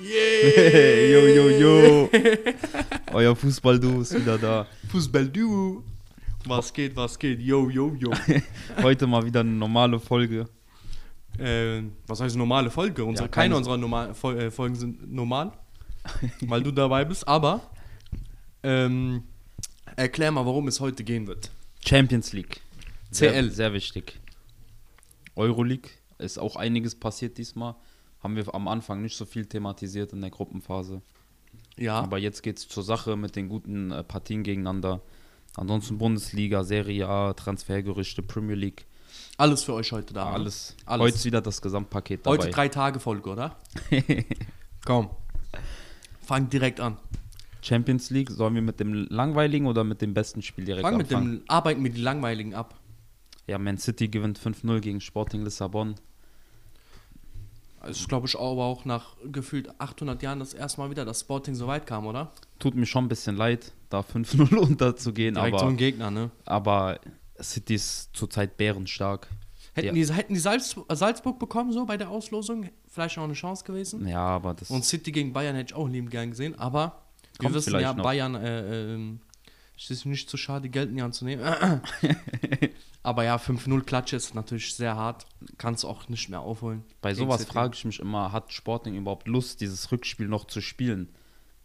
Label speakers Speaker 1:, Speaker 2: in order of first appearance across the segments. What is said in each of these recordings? Speaker 1: Hey, yo, yo, yo. Euer Fußballduo ist wieder da.
Speaker 2: Fußball-Duo. Was geht, was geht? Yo, yo, yo.
Speaker 1: Heute mal wieder eine normale Folge.
Speaker 2: äh, was heißt normale Folge? Unsere,
Speaker 1: Ja, keine-
Speaker 2: keine unserer normal, Fol äh, Folgen sind normal, weil du dabei bist. Aber ähm, erklär mal, worum es heute gehen wird.
Speaker 1: Champions League.
Speaker 2: CL.
Speaker 1: Sehr, sehr wichtig. Euroleague. Ist auch einiges passiert diesmal. Haben wir am Anfang nicht so viel thematisiert in der Gruppenphase.
Speaker 2: Ja.
Speaker 1: Aber jetzt geht's zur Sache mit den guten äh, Partien gegeneinander. Ansonsten Bundesliga, Serie A, Transfergerüchte, Premier League.
Speaker 2: alles für euch heute da.
Speaker 1: Alles.
Speaker 2: Alles.
Speaker 1: Heute ist wieder das Gesamtpaket dabei.
Speaker 2: Heute drei Tage Folge, oder? Komm. Fang direkt an.
Speaker 1: Champions League, sollen wir mit dem langweiligen oder mit dem besten Spiel direkt
Speaker 2: Fang mit
Speaker 1: anfangen?
Speaker 2: dem Arbeiten mit den Langweiligen ab.
Speaker 1: ja, Man City gewinnt 5-0 gegen Sporting Lissabon.
Speaker 2: Also, Das ist, glaube ich, aber auch nach gefühlt 800 Jahren das erste Mal wieder, dass Sporting so weit kam, oder?
Speaker 1: Tut mir schon ein bisschen leid, da 5-0 unterzugehen,
Speaker 2: Direkt so ein
Speaker 1: aber,
Speaker 2: Gegner, ne?
Speaker 1: aber City ist zurzeit bärenstark.
Speaker 2: Hätten
Speaker 1: Ja.
Speaker 2: die, hätten die Salz, äh, Salzburg bekommen, so bei der Auslosung, vielleicht auch eine Chance gewesen.
Speaker 1: Ja, aber das
Speaker 2: Und City gegen Bayern hätte ich auch lieben gern gesehen, aber
Speaker 1: Kommt
Speaker 2: wir wissen
Speaker 1: vielleicht
Speaker 2: ja,
Speaker 1: noch.
Speaker 2: Bayern äh, ähm, es ist nicht zu schade, die gelten ja anzunehmen. aber ja, 5-0 Klatsche ist natürlich sehr hart, kannst auch nicht mehr aufholen.
Speaker 1: bei
Speaker 2: Gegen
Speaker 1: sowas
Speaker 2: City.
Speaker 1: frage ich mich immer, hat Sporting überhaupt Lust, dieses Rückspiel noch zu spielen?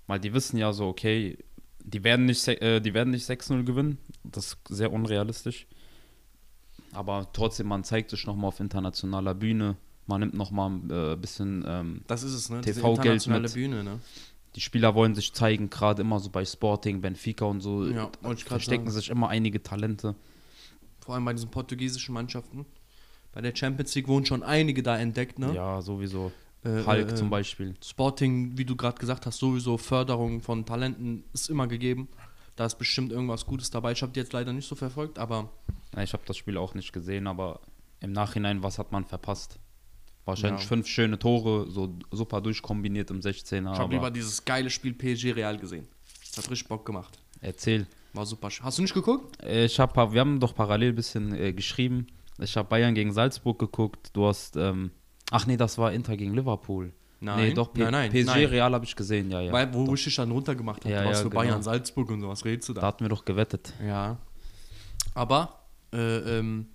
Speaker 1: Weil die wissen ja so, okay, die werden nicht, se- äh, die werden nicht 6-0 gewinnen. Das ist sehr unrealistisch. Aber trotzdem, man zeigt sich nochmal auf internationaler Bühne. Man nimmt nochmal ein äh, bisschen ähm,
Speaker 2: Das ist es, ne? Diese
Speaker 1: TV-Geld
Speaker 2: internationale
Speaker 1: mit.
Speaker 2: Bühne, ne?
Speaker 1: die Spieler wollen sich zeigen, gerade immer so bei Sporting, Benfica und so.
Speaker 2: Ja, wollte ich gerade
Speaker 1: verstecken
Speaker 2: sagen.
Speaker 1: sich immer einige Talente.
Speaker 2: Vor allem bei diesen portugiesischen Mannschaften. Bei der Champions League wurden schon einige da entdeckt, ne?
Speaker 1: Ja, sowieso.
Speaker 2: Äh,
Speaker 1: Hulk
Speaker 2: äh,
Speaker 1: zum Beispiel.
Speaker 2: Sporting, wie du gerade gesagt hast, sowieso Förderung von Talenten ist immer gegeben. Da ist bestimmt irgendwas Gutes dabei. Ich habe die jetzt leider nicht so verfolgt, aber
Speaker 1: Ja, Ich habe das Spiel auch nicht gesehen, aber im Nachhinein, was hat man verpasst? Wahrscheinlich
Speaker 2: Ja.
Speaker 1: fünf schöne Tore, so super durchkombiniert im 16er.
Speaker 2: ich habe lieber
Speaker 1: Aber
Speaker 2: dieses geile Spiel PSG Real gesehen. Das hat richtig Bock gemacht.
Speaker 1: erzähl.
Speaker 2: War super. sch- Hast du nicht geguckt?
Speaker 1: Äh, Ich hab, wir haben doch parallel ein bisschen äh, geschrieben. Ich habe Bayern gegen Salzburg geguckt. Du hast. Ähm, ach nee, das war Inter gegen Liverpool.
Speaker 2: Nein,
Speaker 1: nee, doch, P
Speaker 2: nein, nein,
Speaker 1: PSG
Speaker 2: nein.
Speaker 1: Real habe ich gesehen, ja, ja.
Speaker 2: Weil, wo ich dich dann runtergemacht habe.
Speaker 1: Ja,
Speaker 2: was
Speaker 1: ja,
Speaker 2: für
Speaker 1: genau.
Speaker 2: Bayern, Salzburg und sowas redest du
Speaker 1: da
Speaker 2: da?
Speaker 1: hatten wir doch gewettet.
Speaker 2: Ja. Aber, äh, ähm,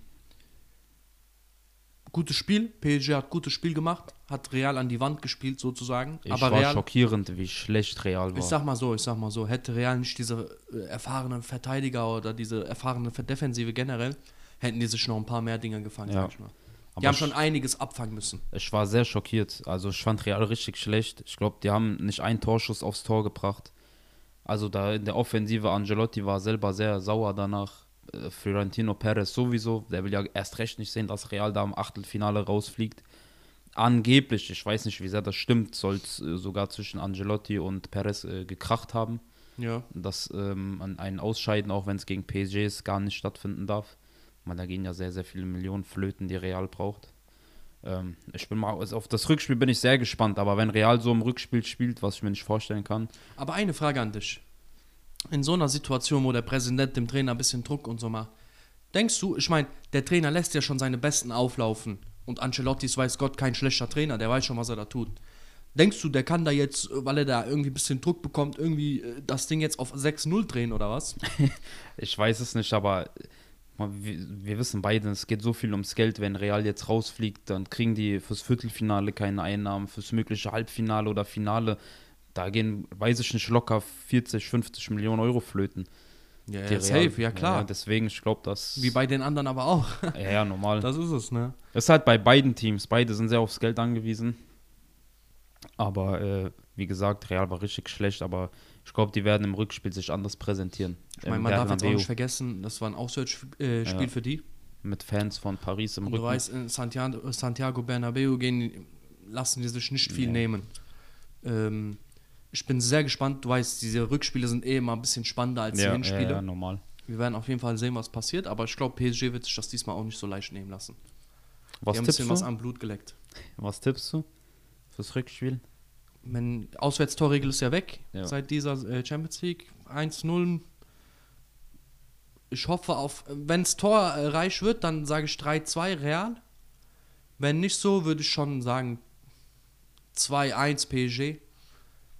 Speaker 2: gutes Spiel. PSG hat gutes Spiel gemacht. Hat Real an die Wand gespielt, sozusagen.
Speaker 1: Ich
Speaker 2: aber
Speaker 1: war
Speaker 2: Real,
Speaker 1: schockierend, wie schlecht Real war.
Speaker 2: Ich sag mal so, ich sag mal so, hätte Real nicht diese äh, erfahrenen Verteidiger oder diese erfahrene Ver- Defensive generell, hätten die sich noch ein paar mehr Dinger gefangen,
Speaker 1: Ja.
Speaker 2: sag ich mal. Die
Speaker 1: Aber
Speaker 2: haben
Speaker 1: ich-
Speaker 2: schon einiges abfangen müssen.
Speaker 1: Ich war sehr schockiert. Also ich fand Real richtig schlecht. Ich glaube, die haben nicht einen Torschuss aufs Tor gebracht. Also da in der Offensive, Angelotti war selber sehr sauer danach. Äh, Florentino Perez sowieso. Der will ja erst recht nicht sehen, dass Real da im Achtelfinale rausfliegt. Angeblich, ich weiß nicht, wie sehr das stimmt, soll es äh, sogar zwischen Angelotti und Perez äh, gekracht haben
Speaker 2: Ja.
Speaker 1: dass ähm, an- ein Ausscheiden, auch wenn es gegen PSG ist, gar nicht stattfinden darf. Man, da gehen ja sehr, sehr viele Millionen Flöten, die Real braucht. Ähm, ich bin mal, also auf das Rückspiel bin ich sehr gespannt, aber wenn Real so im Rückspiel spielt, was ich mir nicht vorstellen kann,
Speaker 2: Aber eine Frage an dich. In so einer Situation, wo der Präsident dem Trainer ein bisschen Druck und so macht, denkst du, ich meine, der Trainer lässt ja schon seine Besten auflaufen und Ancelotti ist, weiß Gott, kein schlechter Trainer, der weiß schon, was er da tut. Denkst du, der kann da jetzt, äh, weil er da irgendwie ein bisschen Druck bekommt, irgendwie äh, das Ding jetzt auf 6-0 drehen oder was?
Speaker 1: ich weiß es nicht, aber man, wir, wir wissen beide, es geht so viel ums Geld. Wenn Real jetzt rausfliegt, dann kriegen die fürs Viertelfinale keine Einnahmen, fürs mögliche Halbfinale oder Finale. Da gehen, weiß ich nicht, locker 40, 50 Millionen Euro flöten. die
Speaker 2: Ja, ja,
Speaker 1: Real.
Speaker 2: safe, ja klar.
Speaker 1: deswegen, ich glaube, das.
Speaker 2: Wie bei den anderen aber auch.
Speaker 1: Ja, ja, normal. Das
Speaker 2: Das ist es, ne?
Speaker 1: ist halt bei beiden Teams. Beide sind sehr aufs Geld angewiesen. Aber äh, wie gesagt, Real war richtig schlecht, aber ich glaube, die werden im Rückspiel sich anders präsentieren.
Speaker 2: Ich meine,
Speaker 1: Im
Speaker 2: man darf jetzt auch
Speaker 1: Bernabeu
Speaker 2: nicht vergessen, das war ein Auswärtsspiel äh, Spiel für die.
Speaker 1: mit Fans von Paris im
Speaker 2: Und
Speaker 1: Rücken.
Speaker 2: du weißt, in Santiago, Santiago Bernabeu gehen, lassen die sich nicht viel nehmen. Ähm, ich bin sehr gespannt. Du weißt, diese Rückspiele sind eh immer ein bisschen spannender als die
Speaker 1: ja, ja,
Speaker 2: Hinspiele.
Speaker 1: ja, normal.
Speaker 2: Wir werden auf jeden Fall sehen, was passiert. Aber ich glaube, PSG wird sich das diesmal auch nicht so leicht nehmen lassen.
Speaker 1: Was
Speaker 2: die haben ein
Speaker 1: tippst,
Speaker 2: bisschen was
Speaker 1: du?
Speaker 2: am Blut geleckt.
Speaker 1: was tippst du fürs Rückspiel?
Speaker 2: wenn Auswärtstorregel ist ja weg
Speaker 1: Ja.
Speaker 2: seit dieser äh, Champions League 1-0. Ich hoffe auf, wenn es torreich wird, dann sage ich 3-2 Real. Wenn nicht so, würde ich schon sagen 2-1 PSG.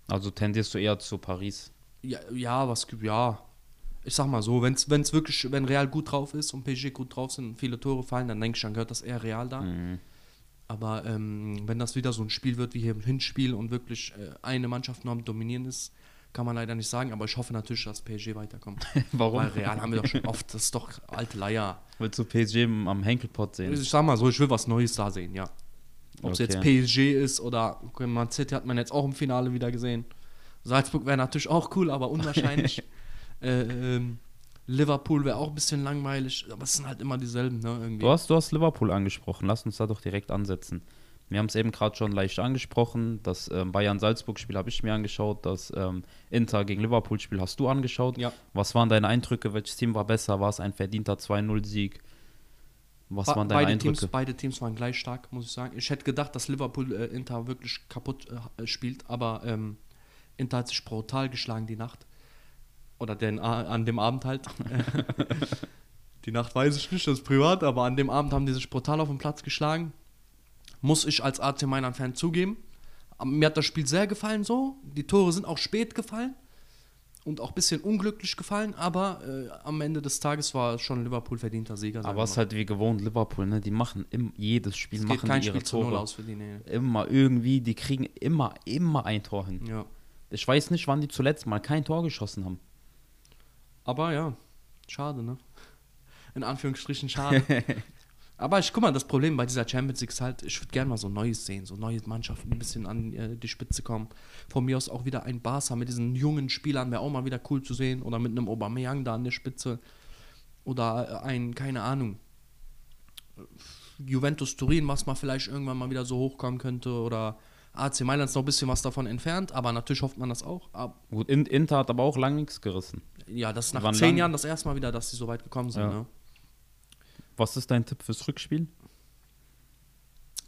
Speaker 1: Also tendierst du eher zu Paris.
Speaker 2: Ja, ja, was gibt, ja. Ich sag mal so, wenn es wirklich, wenn Real gut drauf ist und PSG gut drauf sind und viele Tore fallen, dann denke ich, dann gehört das eher Real da.
Speaker 1: Mhm.
Speaker 2: Aber ähm, wenn das wieder so ein Spiel wird wie hier im Hinspiel und wirklich äh, eine Mannschaft nur am Dominieren ist, kann man leider nicht sagen. Aber ich hoffe natürlich, dass PSG weiterkommt.
Speaker 1: Warum?
Speaker 2: Weil Real haben wir doch schon oft, das ist doch alte Leier.
Speaker 1: Willst du PSG am Henkelpot sehen?
Speaker 2: Ich sag mal so, ich will was Neues da sehen, ja. Ob es jetzt
Speaker 1: Okay.
Speaker 2: PSG ist oder okay, Man City hat man jetzt auch im Finale wieder gesehen. Salzburg wäre natürlich auch cool, aber unwahrscheinlich. äh, ähm, Liverpool wäre auch ein bisschen langweilig, aber es sind halt immer dieselben, ne? Irgendwie.
Speaker 1: Du hast, du hast Liverpool angesprochen. Lass uns da doch direkt ansetzen. Wir haben es eben gerade schon leicht angesprochen. Das ähm, Bayern-Salzburg-Spiel habe ich mir angeschaut. Das ähm, Inter gegen Liverpool-Spiel hast du angeschaut.
Speaker 2: Ja.
Speaker 1: Was waren deine Eindrücke? Welches Team war besser? War es ein verdienter 2-0-Sieg? Was
Speaker 2: Ba-
Speaker 1: waren deine
Speaker 2: beide
Speaker 1: Eindrücke?
Speaker 2: Teams, beide Teams waren gleich stark, muss ich sagen. Ich hätte gedacht, dass Liverpool äh, Inter wirklich kaputt äh, spielt, aber ähm, Inter hat sich brutal geschlagen die Nacht. Oder den, A- an dem Abend halt. die Nacht weiß ich nicht, das ist privat, aber an dem Abend haben die sich brutal auf den Platz geschlagen. Muss ich als AC Mailand-Fan zugeben. Aber Mir hat das Spiel sehr gefallen so. Die Tore sind auch spät gefallen und auch ein bisschen unglücklich gefallen, aber äh, am Ende des Tages war schon Liverpool verdienter Sieger. sagen
Speaker 1: Aber
Speaker 2: wir
Speaker 1: es
Speaker 2: mal.
Speaker 1: ist halt wie gewohnt Liverpool, ne? Die machen im, jedes Spiel
Speaker 2: genau. Es geht
Speaker 1: machen
Speaker 2: kein
Speaker 1: die ihre
Speaker 2: Spiel zu null
Speaker 1: Tore.
Speaker 2: aus für die nee.
Speaker 1: Immer irgendwie, die kriegen immer, immer ein Tor hin.
Speaker 2: Ja.
Speaker 1: Ich weiß nicht, wann die zuletzt mal kein Tor geschossen haben.
Speaker 2: Aber ja, schade, ne? In Anführungsstrichen schade. Aber ich guck mal, das Problem bei dieser Champions League ist halt, ich würde gerne mal so Neues sehen, so neue Mannschaften, ein bisschen an äh, die Spitze kommen. Von mir aus auch wieder ein Barca mit diesen jungen Spielern wäre auch mal wieder cool zu sehen. Oder mit einem Aubameyang da an der Spitze. Oder äh, ein, keine Ahnung, Juventus Turin, was mal vielleicht irgendwann mal wieder so hochkommen könnte. Oder AC Mailand ist noch ein bisschen was davon entfernt, aber natürlich hofft man das auch. Ab,
Speaker 1: Gut, In- Inter hat aber auch lang nichts gerissen.
Speaker 2: Ja, das ist nach
Speaker 1: Wann
Speaker 2: zehn
Speaker 1: lang?
Speaker 2: Jahren das erste Mal wieder, dass sie so weit gekommen sind.
Speaker 1: Ja.
Speaker 2: Ne?
Speaker 1: Was ist dein Tipp fürs Rückspiel?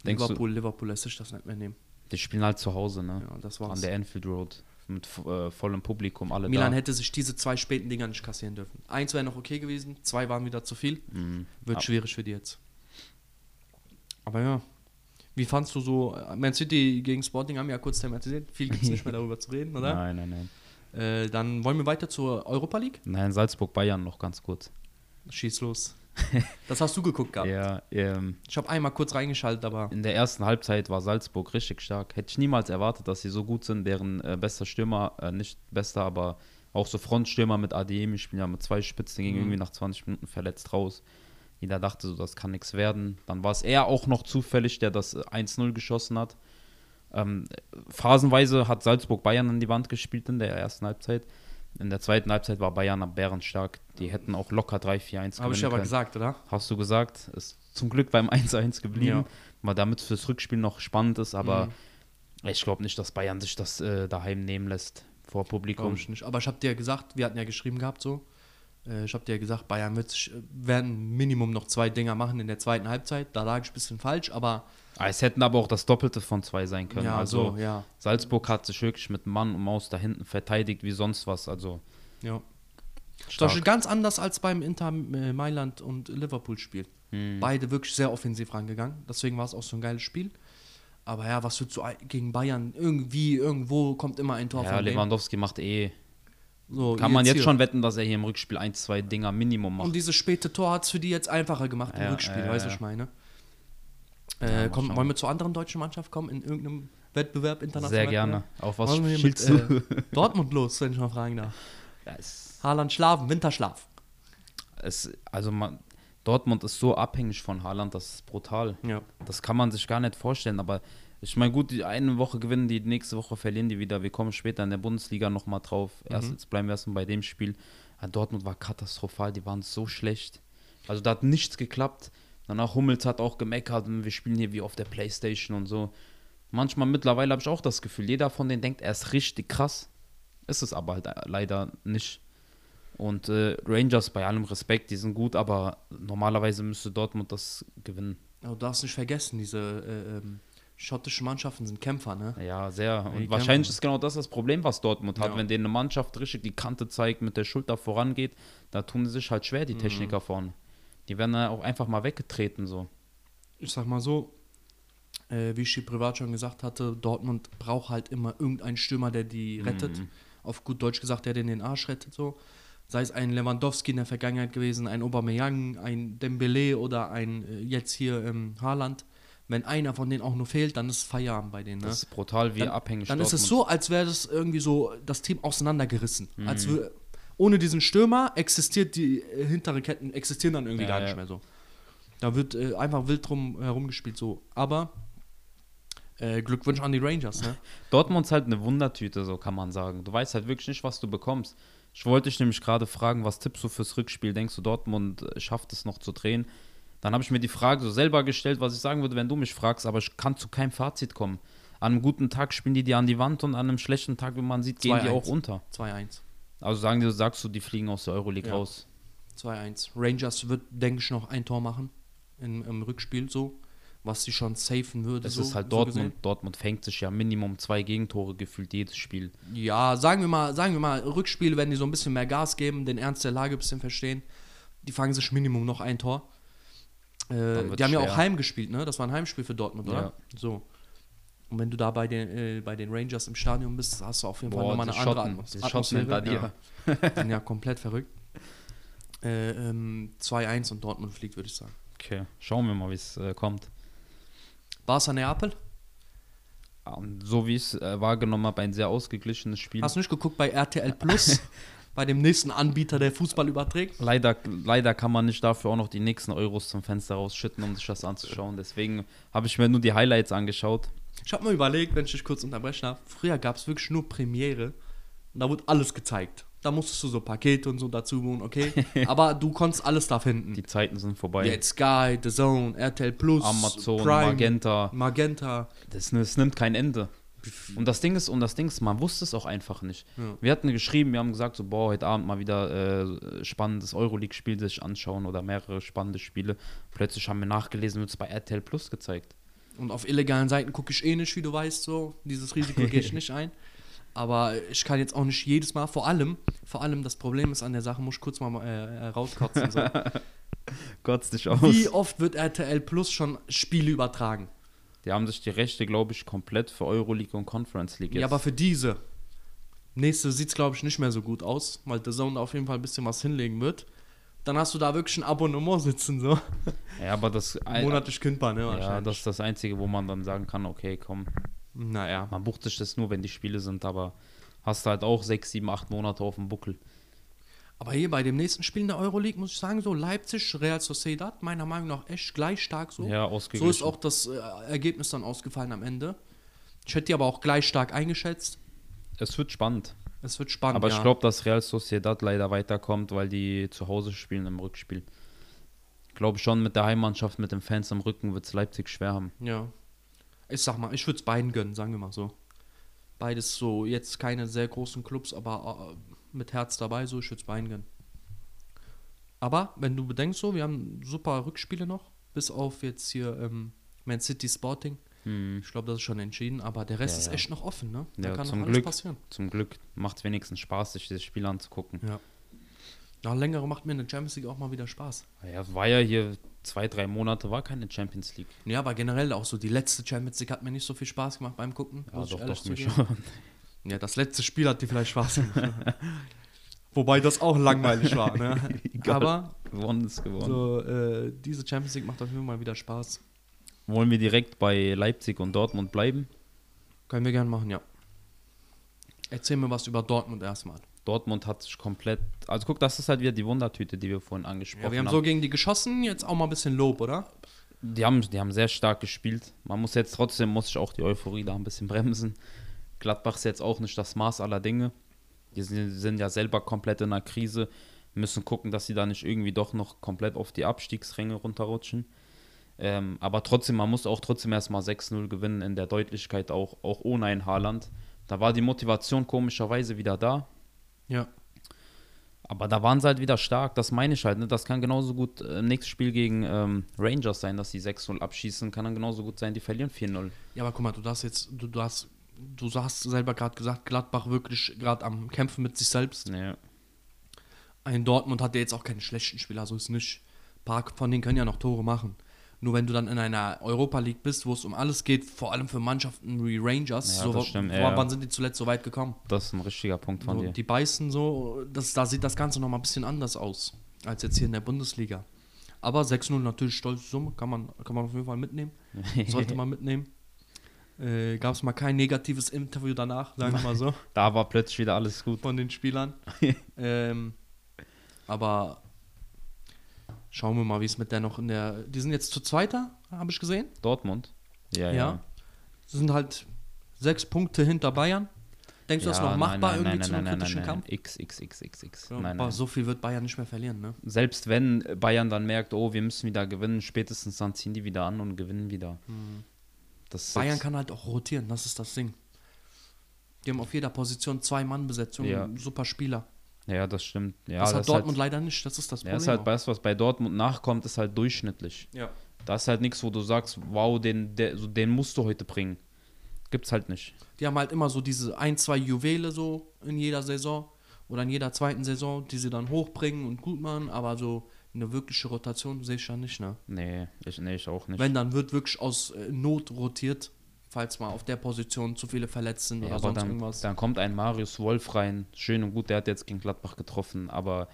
Speaker 1: Denkst
Speaker 2: Liverpool, Liverpool lässt sich das nicht mehr nehmen.
Speaker 1: du, die spielen halt zu Hause, ne?
Speaker 2: Ja, das
Speaker 1: An
Speaker 2: war's.
Speaker 1: der Anfield Road. Mit äh, vollem Publikum, alle
Speaker 2: Milan
Speaker 1: da.
Speaker 2: hätte sich diese zwei späten Dinger nicht kassieren dürfen. Eins wäre noch okay gewesen, zwei waren wieder zu viel.
Speaker 1: Mhm.
Speaker 2: Wird
Speaker 1: Ja.
Speaker 2: schwierig für die jetzt. Aber ja. Wie fandst du so, äh, Man City gegen Sporting haben wir ja kurz thematisiert, viel gibt es nicht mehr darüber zu reden, oder?
Speaker 1: Nein, nein, nein.
Speaker 2: Äh, dann wollen wir weiter zur Europa League?
Speaker 1: Nein, Salzburg-Bayern noch ganz kurz.
Speaker 2: Schieß los. Das hast du geguckt gehabt.
Speaker 1: Ja, ähm,
Speaker 2: Ich habe einmal kurz reingeschaltet, aber
Speaker 1: in der ersten Halbzeit war Salzburg richtig stark. Hätte ich niemals erwartet, dass sie so gut sind, deren äh, bester Stürmer, äh, nicht bester, aber auch so Frontstürmer mit ADM, ich bin ja mit zwei Spitzen, ging
Speaker 2: Mhm.
Speaker 1: irgendwie nach 20 Minuten verletzt raus. Jeder dachte so, das kann nichts werden. Dann war es er auch noch zufällig, der das äh, 1-0 geschossen hat. Ähm, phasenweise hat Salzburg Bayern an die Wand gespielt in der ersten Halbzeit. In der zweiten Halbzeit war Bayern am bärenstark. Die hätten auch locker 3-4-1
Speaker 2: habe ich
Speaker 1: gewinnen
Speaker 2: aber
Speaker 1: können.
Speaker 2: gesagt, oder?
Speaker 1: Hast du gesagt, ist zum Glück beim 1-1 geblieben,
Speaker 2: Ja.
Speaker 1: weil damit es fürs Rückspiel noch spannend ist, aber
Speaker 2: Mhm.
Speaker 1: ich glaube nicht, dass Bayern sich das äh, daheim nehmen lässt vor
Speaker 2: Glaube
Speaker 1: Publikum.
Speaker 2: ich nicht. Aber ich habe dir ja gesagt, wir hatten ja geschrieben gehabt so. äh, Ich habe dir ja gesagt, Bayern wird sich, äh, werden Minimum noch zwei Dinger machen in der zweiten Halbzeit. Da lag ich ein bisschen falsch, aber
Speaker 1: Ah, Es hätten aber auch das Doppelte von zwei sein können.
Speaker 2: ja,
Speaker 1: also
Speaker 2: so, ja.
Speaker 1: Salzburg hat sich wirklich mit Mann und Maus da hinten verteidigt wie sonst was. Also
Speaker 2: ja. Zum Beispiel
Speaker 1: stark.
Speaker 2: ganz anders als beim Inter äh, Mailand und Liverpool-Spiel.
Speaker 1: Hm.
Speaker 2: Beide wirklich sehr offensiv rangegangen. Deswegen war es auch so ein geiles Spiel. Aber ja, was willst du ei- gegen Bayern? Irgendwie, irgendwo kommt immer ein Tor
Speaker 1: Ja,
Speaker 2: von denen.
Speaker 1: Lewandowski macht eh.
Speaker 2: So,
Speaker 1: Kann man jetzt
Speaker 2: hier.
Speaker 1: schon wetten, dass er hier im Rückspiel ein, zwei Dinger Minimum macht.
Speaker 2: Und dieses späte Tor hat es für die jetzt einfacher gemacht im
Speaker 1: Ja,
Speaker 2: Rückspiel,
Speaker 1: ja,
Speaker 2: weißt du,
Speaker 1: ja.
Speaker 2: ich meine.
Speaker 1: Ja,
Speaker 2: Äh,
Speaker 1: mal
Speaker 2: komm,
Speaker 1: schauen.
Speaker 2: wollen wir zur anderen deutschen Mannschaft kommen, in irgendeinem Wettbewerb international?
Speaker 1: Sehr gerne. Auf was
Speaker 2: Machen ne? wir mit
Speaker 1: spielst du?
Speaker 2: äh, Dortmund los, wenn ich mal fragen darf.
Speaker 1: Ja, es-
Speaker 2: Haaland schlafen, Winterschlaf.
Speaker 1: es, also man, Dortmund ist so abhängig von Haaland, das ist brutal.
Speaker 2: Ja.
Speaker 1: Das kann man sich gar nicht vorstellen, aber ich meine, gut, die eine Woche gewinnen die, nächste Woche verlieren die wieder. Wir kommen später in der Bundesliga nochmal drauf. Erst, Jetzt bleiben wir erstmal bei dem Spiel. Ja, Dortmund war katastrophal, die waren so schlecht. Also da hat nichts geklappt. Danach Hummels hat auch gemeckert, wir spielen hier wie auf der Playstation und so. Manchmal mittlerweile habe ich auch das Gefühl, jeder von denen denkt, er ist richtig krass. Ist es aber halt äh, leider nicht. Und äh, Rangers, bei allem Respekt, die sind gut, aber normalerweise müsste Dortmund das gewinnen.
Speaker 2: Oh, Aber du darfst nicht vergessen, diese äh, ähm, schottische Mannschaften sind Kämpfer, ne?
Speaker 1: Ja, sehr. Und
Speaker 2: die
Speaker 1: wahrscheinlich
Speaker 2: kämpfen.
Speaker 1: ist genau das das Problem, was Dortmund hat.
Speaker 2: Ja.
Speaker 1: Wenn denen eine Mannschaft richtig die Kante zeigt, mit der Schulter vorangeht, da tun sie sich halt schwer,
Speaker 2: Mhm.
Speaker 1: die Techniker vorne. Die werden dann auch einfach mal weggetreten, so.
Speaker 2: Ich sag mal so, äh, wie ich hier privat schon gesagt hatte, Dortmund braucht halt immer irgendeinen Stürmer, der die rettet. Auf gut Deutsch gesagt, der den den Arsch rettet, so. Sei es ein Lewandowski in der Vergangenheit gewesen, ein Aubameyang, ein Dembele oder ein äh, jetzt hier ähm, Haaland. Wenn einer von denen auch nur fehlt, dann ist Feierabend bei denen, ne?
Speaker 1: Das ist brutal, wie
Speaker 2: dann,
Speaker 1: abhängig
Speaker 2: Dann ist es
Speaker 1: Dortmund Mhm.
Speaker 2: so, als wäre das irgendwie so das Team auseinandergerissen. Als wür- ohne diesen Stürmer existiert die äh, hintere Ketten existieren dann irgendwie
Speaker 1: Ja,
Speaker 2: gar
Speaker 1: ja.
Speaker 2: nicht mehr so. Da wird äh, einfach wild drum herumgespielt so. Aber äh, Glückwunsch an die Rangers, ne?
Speaker 1: Dortmund ist halt eine Wundertüte, so kann man sagen. Du weißt halt wirklich nicht, was du bekommst. Ich wollte dich nämlich gerade fragen, was tippst du fürs Rückspiel? Denkst du, Dortmund äh, schafft es noch zu drehen? Dann habe ich mir die Frage so selber gestellt, was ich sagen würde, wenn du mich fragst, aber ich kann zu keinem Fazit kommen. An einem guten Tag spielen die die an die Wand und an einem schlechten Tag, wie man sieht, gehen die
Speaker 2: 2-1.
Speaker 1: auch unter.
Speaker 2: 2-1.
Speaker 1: Also sagen die, sagst du, die fliegen aus der Euroleague
Speaker 2: Ja.
Speaker 1: raus.
Speaker 2: 2-1. Rangers wird, denke ich, noch ein Tor machen im, im Rückspiel so, was sie schon safen würde.
Speaker 1: Das
Speaker 2: so,
Speaker 1: ist halt
Speaker 2: so
Speaker 1: Dortmund.
Speaker 2: gesehen.
Speaker 1: Dortmund fängt sich ja Minimum zwei Gegentore gefühlt jedes Spiel.
Speaker 2: Ja, sagen wir mal, sagen wir mal, Rückspiel, wenn die so ein bisschen mehr Gas geben, den Ernst der Lage ein bisschen verstehen, die fangen sich Minimum noch ein Tor. Äh,
Speaker 1: wird's
Speaker 2: die haben ja
Speaker 1: schwer.
Speaker 2: auch heimgespielt, ne? Das war ein Heimspiel für Dortmund, oder?
Speaker 1: Ja.
Speaker 2: So. Und wenn du da bei den, äh, bei den Rangers im Stadion bist, hast du auf jeden Fall
Speaker 1: Boah,
Speaker 2: nochmal eine
Speaker 1: die
Speaker 2: andere
Speaker 1: Schotten,
Speaker 2: Atmos
Speaker 1: die Schotten
Speaker 2: Atmosphäre.
Speaker 1: hinter dir.
Speaker 2: ja. Die sind ja komplett verrückt. Äh, ähm, 2-1 und Dortmund fliegt, würde ich sagen.
Speaker 1: Okay, schauen wir mal, wie es äh, kommt.
Speaker 2: Barca Neapel?
Speaker 1: Hm. Und so wie ich es äh, wahrgenommen habe, ein sehr ausgeglichenes Spiel.
Speaker 2: Hast du nicht geguckt bei RTL Plus? bei dem nächsten Anbieter, der Fußball überträgt?
Speaker 1: Leider, leider kann man nicht dafür auch noch die nächsten Euros zum Fenster rausschütten, um sich das anzuschauen. Deswegen habe ich mir nur die Highlights angeschaut.
Speaker 2: Ich habe mir überlegt, wenn ich dich kurz unterbrechen darf, früher gab es wirklich nur Premiere und da wurde alles gezeigt. Da musstest du so Pakete und so dazu buchen, okay? Aber du konntest alles da finden.
Speaker 1: Die Zeiten sind vorbei.
Speaker 2: Jetzt Sky, The Zone, RTL Plus,
Speaker 1: Amazon,
Speaker 2: Prime,
Speaker 1: Magenta.
Speaker 2: Magenta.
Speaker 1: Das, das nimmt kein Ende. Und das Ding ist, und das Ding ist, man wusste es auch einfach nicht.
Speaker 2: Ja.
Speaker 1: Wir hatten geschrieben, wir haben gesagt, so, boah, heute Abend mal wieder äh, spannendes Euroleague-Spiel sich anschauen oder mehrere spannende Spiele. Plötzlich haben wir nachgelesen, wird es bei RTL Plus gezeigt.
Speaker 2: Und auf illegalen Seiten gucke ich eh nicht, wie du weißt, so. Dieses Risiko gehe ich nicht ein. Aber ich kann jetzt auch nicht jedes Mal, vor allem, vor allem das Problem ist an der Sache, muss ich kurz mal äh, rauskotzen. So.
Speaker 1: Gott dich aus.
Speaker 2: Wie oft wird RTL Plus schon Spiele übertragen?
Speaker 1: Die haben sich die Rechte, glaube ich, komplett für Euroleague und Conference League
Speaker 2: Ja, aber für diese. Nächste sieht es, glaube ich, nicht mehr so gut aus, weil der Sound auf jeden Fall ein bisschen was hinlegen wird. Dann hast du da wirklich ein Abonnement sitzen, so.
Speaker 1: ja, aber das
Speaker 2: Monatlich kündbar, ne?
Speaker 1: Ja,
Speaker 2: wahrscheinlich.
Speaker 1: das ist das Einzige, wo man dann sagen kann, okay, komm,
Speaker 2: naja.
Speaker 1: man bucht sich das nur, wenn die Spiele sind, aber hast halt auch sechs, sieben, acht Monate auf dem Buckel.
Speaker 2: Aber hier bei dem nächsten Spiel in der Euroleague muss ich sagen, so Leipzig, Real Sociedad, meiner Meinung nach echt gleich stark so.
Speaker 1: Ja,
Speaker 2: so
Speaker 1: ausgeglichen.
Speaker 2: ist auch das äh, Ergebnis dann ausgefallen am Ende. Ich hätte die aber auch gleich stark eingeschätzt.
Speaker 1: Es wird spannend.
Speaker 2: Es wird spannend.
Speaker 1: Aber
Speaker 2: ja.
Speaker 1: ich glaube, dass Real Sociedad leider weiterkommt, weil die zu Hause spielen im Rückspiel. Ich glaube schon, mit der Heimmannschaft, mit den Fans am Rücken wird es Leipzig schwer haben.
Speaker 2: Ja. Ich sag mal, ich würde es beiden gönnen, sagen wir mal so. Beides so, jetzt keine sehr großen Clubs, aber äh, mit Herz dabei, so, ich würde es beiden gönnen. Aber wenn du bedenkst, so, wir haben super Rückspiele noch, bis auf jetzt hier ähm, Man City Sporting. Ich glaube, das ist schon entschieden, aber der
Speaker 1: Hm.
Speaker 2: Rest
Speaker 1: Ja,
Speaker 2: ist
Speaker 1: ja.
Speaker 2: echt noch offen, ne? Da
Speaker 1: Ja,
Speaker 2: kann noch
Speaker 1: zum,
Speaker 2: alles
Speaker 1: Glück,
Speaker 2: passieren.
Speaker 1: zum Glück macht es wenigstens Spaß, sich dieses Spiel anzugucken.
Speaker 2: Ja. Nach längerem macht mir in der Champions League auch mal wieder Spaß.
Speaker 1: Ja, war ja hier zwei, drei Monate, war keine Champions League.
Speaker 2: Ja, aber generell auch so, die letzte Champions League hat mir nicht so viel Spaß gemacht beim Gucken.
Speaker 1: Ja,
Speaker 2: muss ich
Speaker 1: doch,
Speaker 2: ehrlich
Speaker 1: doch, mir
Speaker 2: zugeben.
Speaker 1: schon.
Speaker 2: Ja, das letzte Spiel hat dir vielleicht Spaß gemacht. ne? Wobei das auch langweilig war. Ne?
Speaker 1: Egal.
Speaker 2: Aber
Speaker 1: Gewonnen ist gewonnen.
Speaker 2: so, äh, diese Champions League macht auf jeden Fall mal wieder Spaß.
Speaker 1: Wollen wir direkt bei Leipzig und Dortmund bleiben?
Speaker 2: Können wir gerne machen, ja. Erzähl mir was über Dortmund erstmal.
Speaker 1: Dortmund hat sich komplett. Also guck, das ist halt wieder die Wundertüte, die wir vorhin angesprochen
Speaker 2: Ja, wir
Speaker 1: haben.
Speaker 2: haben so gegen die geschossen, jetzt auch mal ein bisschen Lob, oder?
Speaker 1: die haben. Die haben sehr stark gespielt. Man muss jetzt trotzdem, muss ich auch die Euphorie da ein bisschen bremsen. Gladbach ist jetzt auch nicht das Maß aller Dinge. Die sind, sind ja selber komplett in einer Krise, müssen gucken, dass sie da nicht irgendwie doch noch komplett auf die Abstiegsränge runterrutschen. Ähm, aber trotzdem, man muss auch trotzdem erstmal 6-0 gewinnen, in der Deutlichkeit auch, auch ohne ein Haaland. Da war die Motivation komischerweise wieder da.
Speaker 2: Ja.
Speaker 1: Aber da waren sie halt wieder stark, das meine ich halt. Ne? Das kann genauso gut äh, im nächsten Spiel gegen ähm, Rangers sein, dass die 6-0 abschießen. Kann dann genauso gut sein, die verlieren 4-0.
Speaker 2: Ja, aber guck mal, du hast jetzt, du, du hast, du hast selber gerade gesagt, Gladbach wirklich gerade am Kämpfen mit sich selbst.
Speaker 1: Ja.
Speaker 2: Ein Dortmund hat ja jetzt auch keine schlechten Spieler, so ist nicht. Park von denen können ja noch Tore machen. Nur wenn du dann in einer Europa League bist, wo es um alles geht, vor allem für Mannschaften wie Rangers,
Speaker 1: Ja,
Speaker 2: so,
Speaker 1: das stimmt,
Speaker 2: wo,
Speaker 1: ja.
Speaker 2: wann sind die zuletzt so weit gekommen?
Speaker 1: Das ist ein richtiger Punkt von
Speaker 2: So,
Speaker 1: dir.
Speaker 2: die beißen so, das, da sieht das Ganze nochmal ein bisschen anders aus, als jetzt hier in der Bundesliga. Aber 6-0 natürlich stolze Summe, kann man, kann man auf jeden Fall mitnehmen. Sollte man mitnehmen. Äh, Gab es mal kein negatives Interview danach, sagen wir mal so,
Speaker 1: da war plötzlich wieder alles gut.
Speaker 2: von den Spielern. ähm, aber schauen wir mal, wie es mit der noch in der. Die sind jetzt zu zweiter, habe ich gesehen.
Speaker 1: Dortmund? Ja,
Speaker 2: Ja. Sind halt sechs Punkte hinter Bayern. Denkst du, das ist
Speaker 1: Ja,
Speaker 2: noch machbar irgendwie zu einem
Speaker 1: nein,
Speaker 2: kritischen
Speaker 1: nein,
Speaker 2: Kampf?
Speaker 1: nein. X, X, X, X, X.
Speaker 2: Ja,
Speaker 1: nein,
Speaker 2: aber
Speaker 1: nein.
Speaker 2: so viel wird Bayern nicht mehr verlieren, ne?
Speaker 1: Selbst wenn Bayern dann merkt, oh, wir müssen wieder gewinnen, spätestens dann ziehen die wieder an und gewinnen wieder. Das ist
Speaker 2: Hm. Bayern
Speaker 1: jetzt-
Speaker 2: kann halt auch rotieren, das ist das Ding. Die haben auf jeder Position zwei Mann-Besetzungen,
Speaker 1: Ja.
Speaker 2: super Spieler.
Speaker 1: Ja, das stimmt. Ja,
Speaker 2: das, hat
Speaker 1: ist
Speaker 2: Dortmund
Speaker 1: halt,
Speaker 2: leider nicht, das ist das
Speaker 1: ja,
Speaker 2: Problem.
Speaker 1: ist halt
Speaker 2: auch.
Speaker 1: das, was bei Dortmund nachkommt, ist halt durchschnittlich.
Speaker 2: ja.
Speaker 1: Da ist halt nichts, wo du sagst, wow, den, der, so, den musst du heute bringen. Gibt's halt nicht.
Speaker 2: Die haben halt immer so diese ein, zwei Juwele so in jeder Saison oder in jeder zweiten Saison, die sie dann hochbringen und gut machen, aber so eine wirkliche Rotation sehe ich ja nicht, ne?
Speaker 1: Nee, ich, nee, ich auch nicht.
Speaker 2: Wenn, dann wird wirklich aus äh, Not rotiert, falls mal auf der Position zu viele verletzt sind
Speaker 1: Ja,
Speaker 2: oder
Speaker 1: aber
Speaker 2: sonst
Speaker 1: dann,
Speaker 2: irgendwas.
Speaker 1: dann kommt ein Marius Wolf rein. Schön und gut, der hat jetzt gegen Gladbach getroffen, aber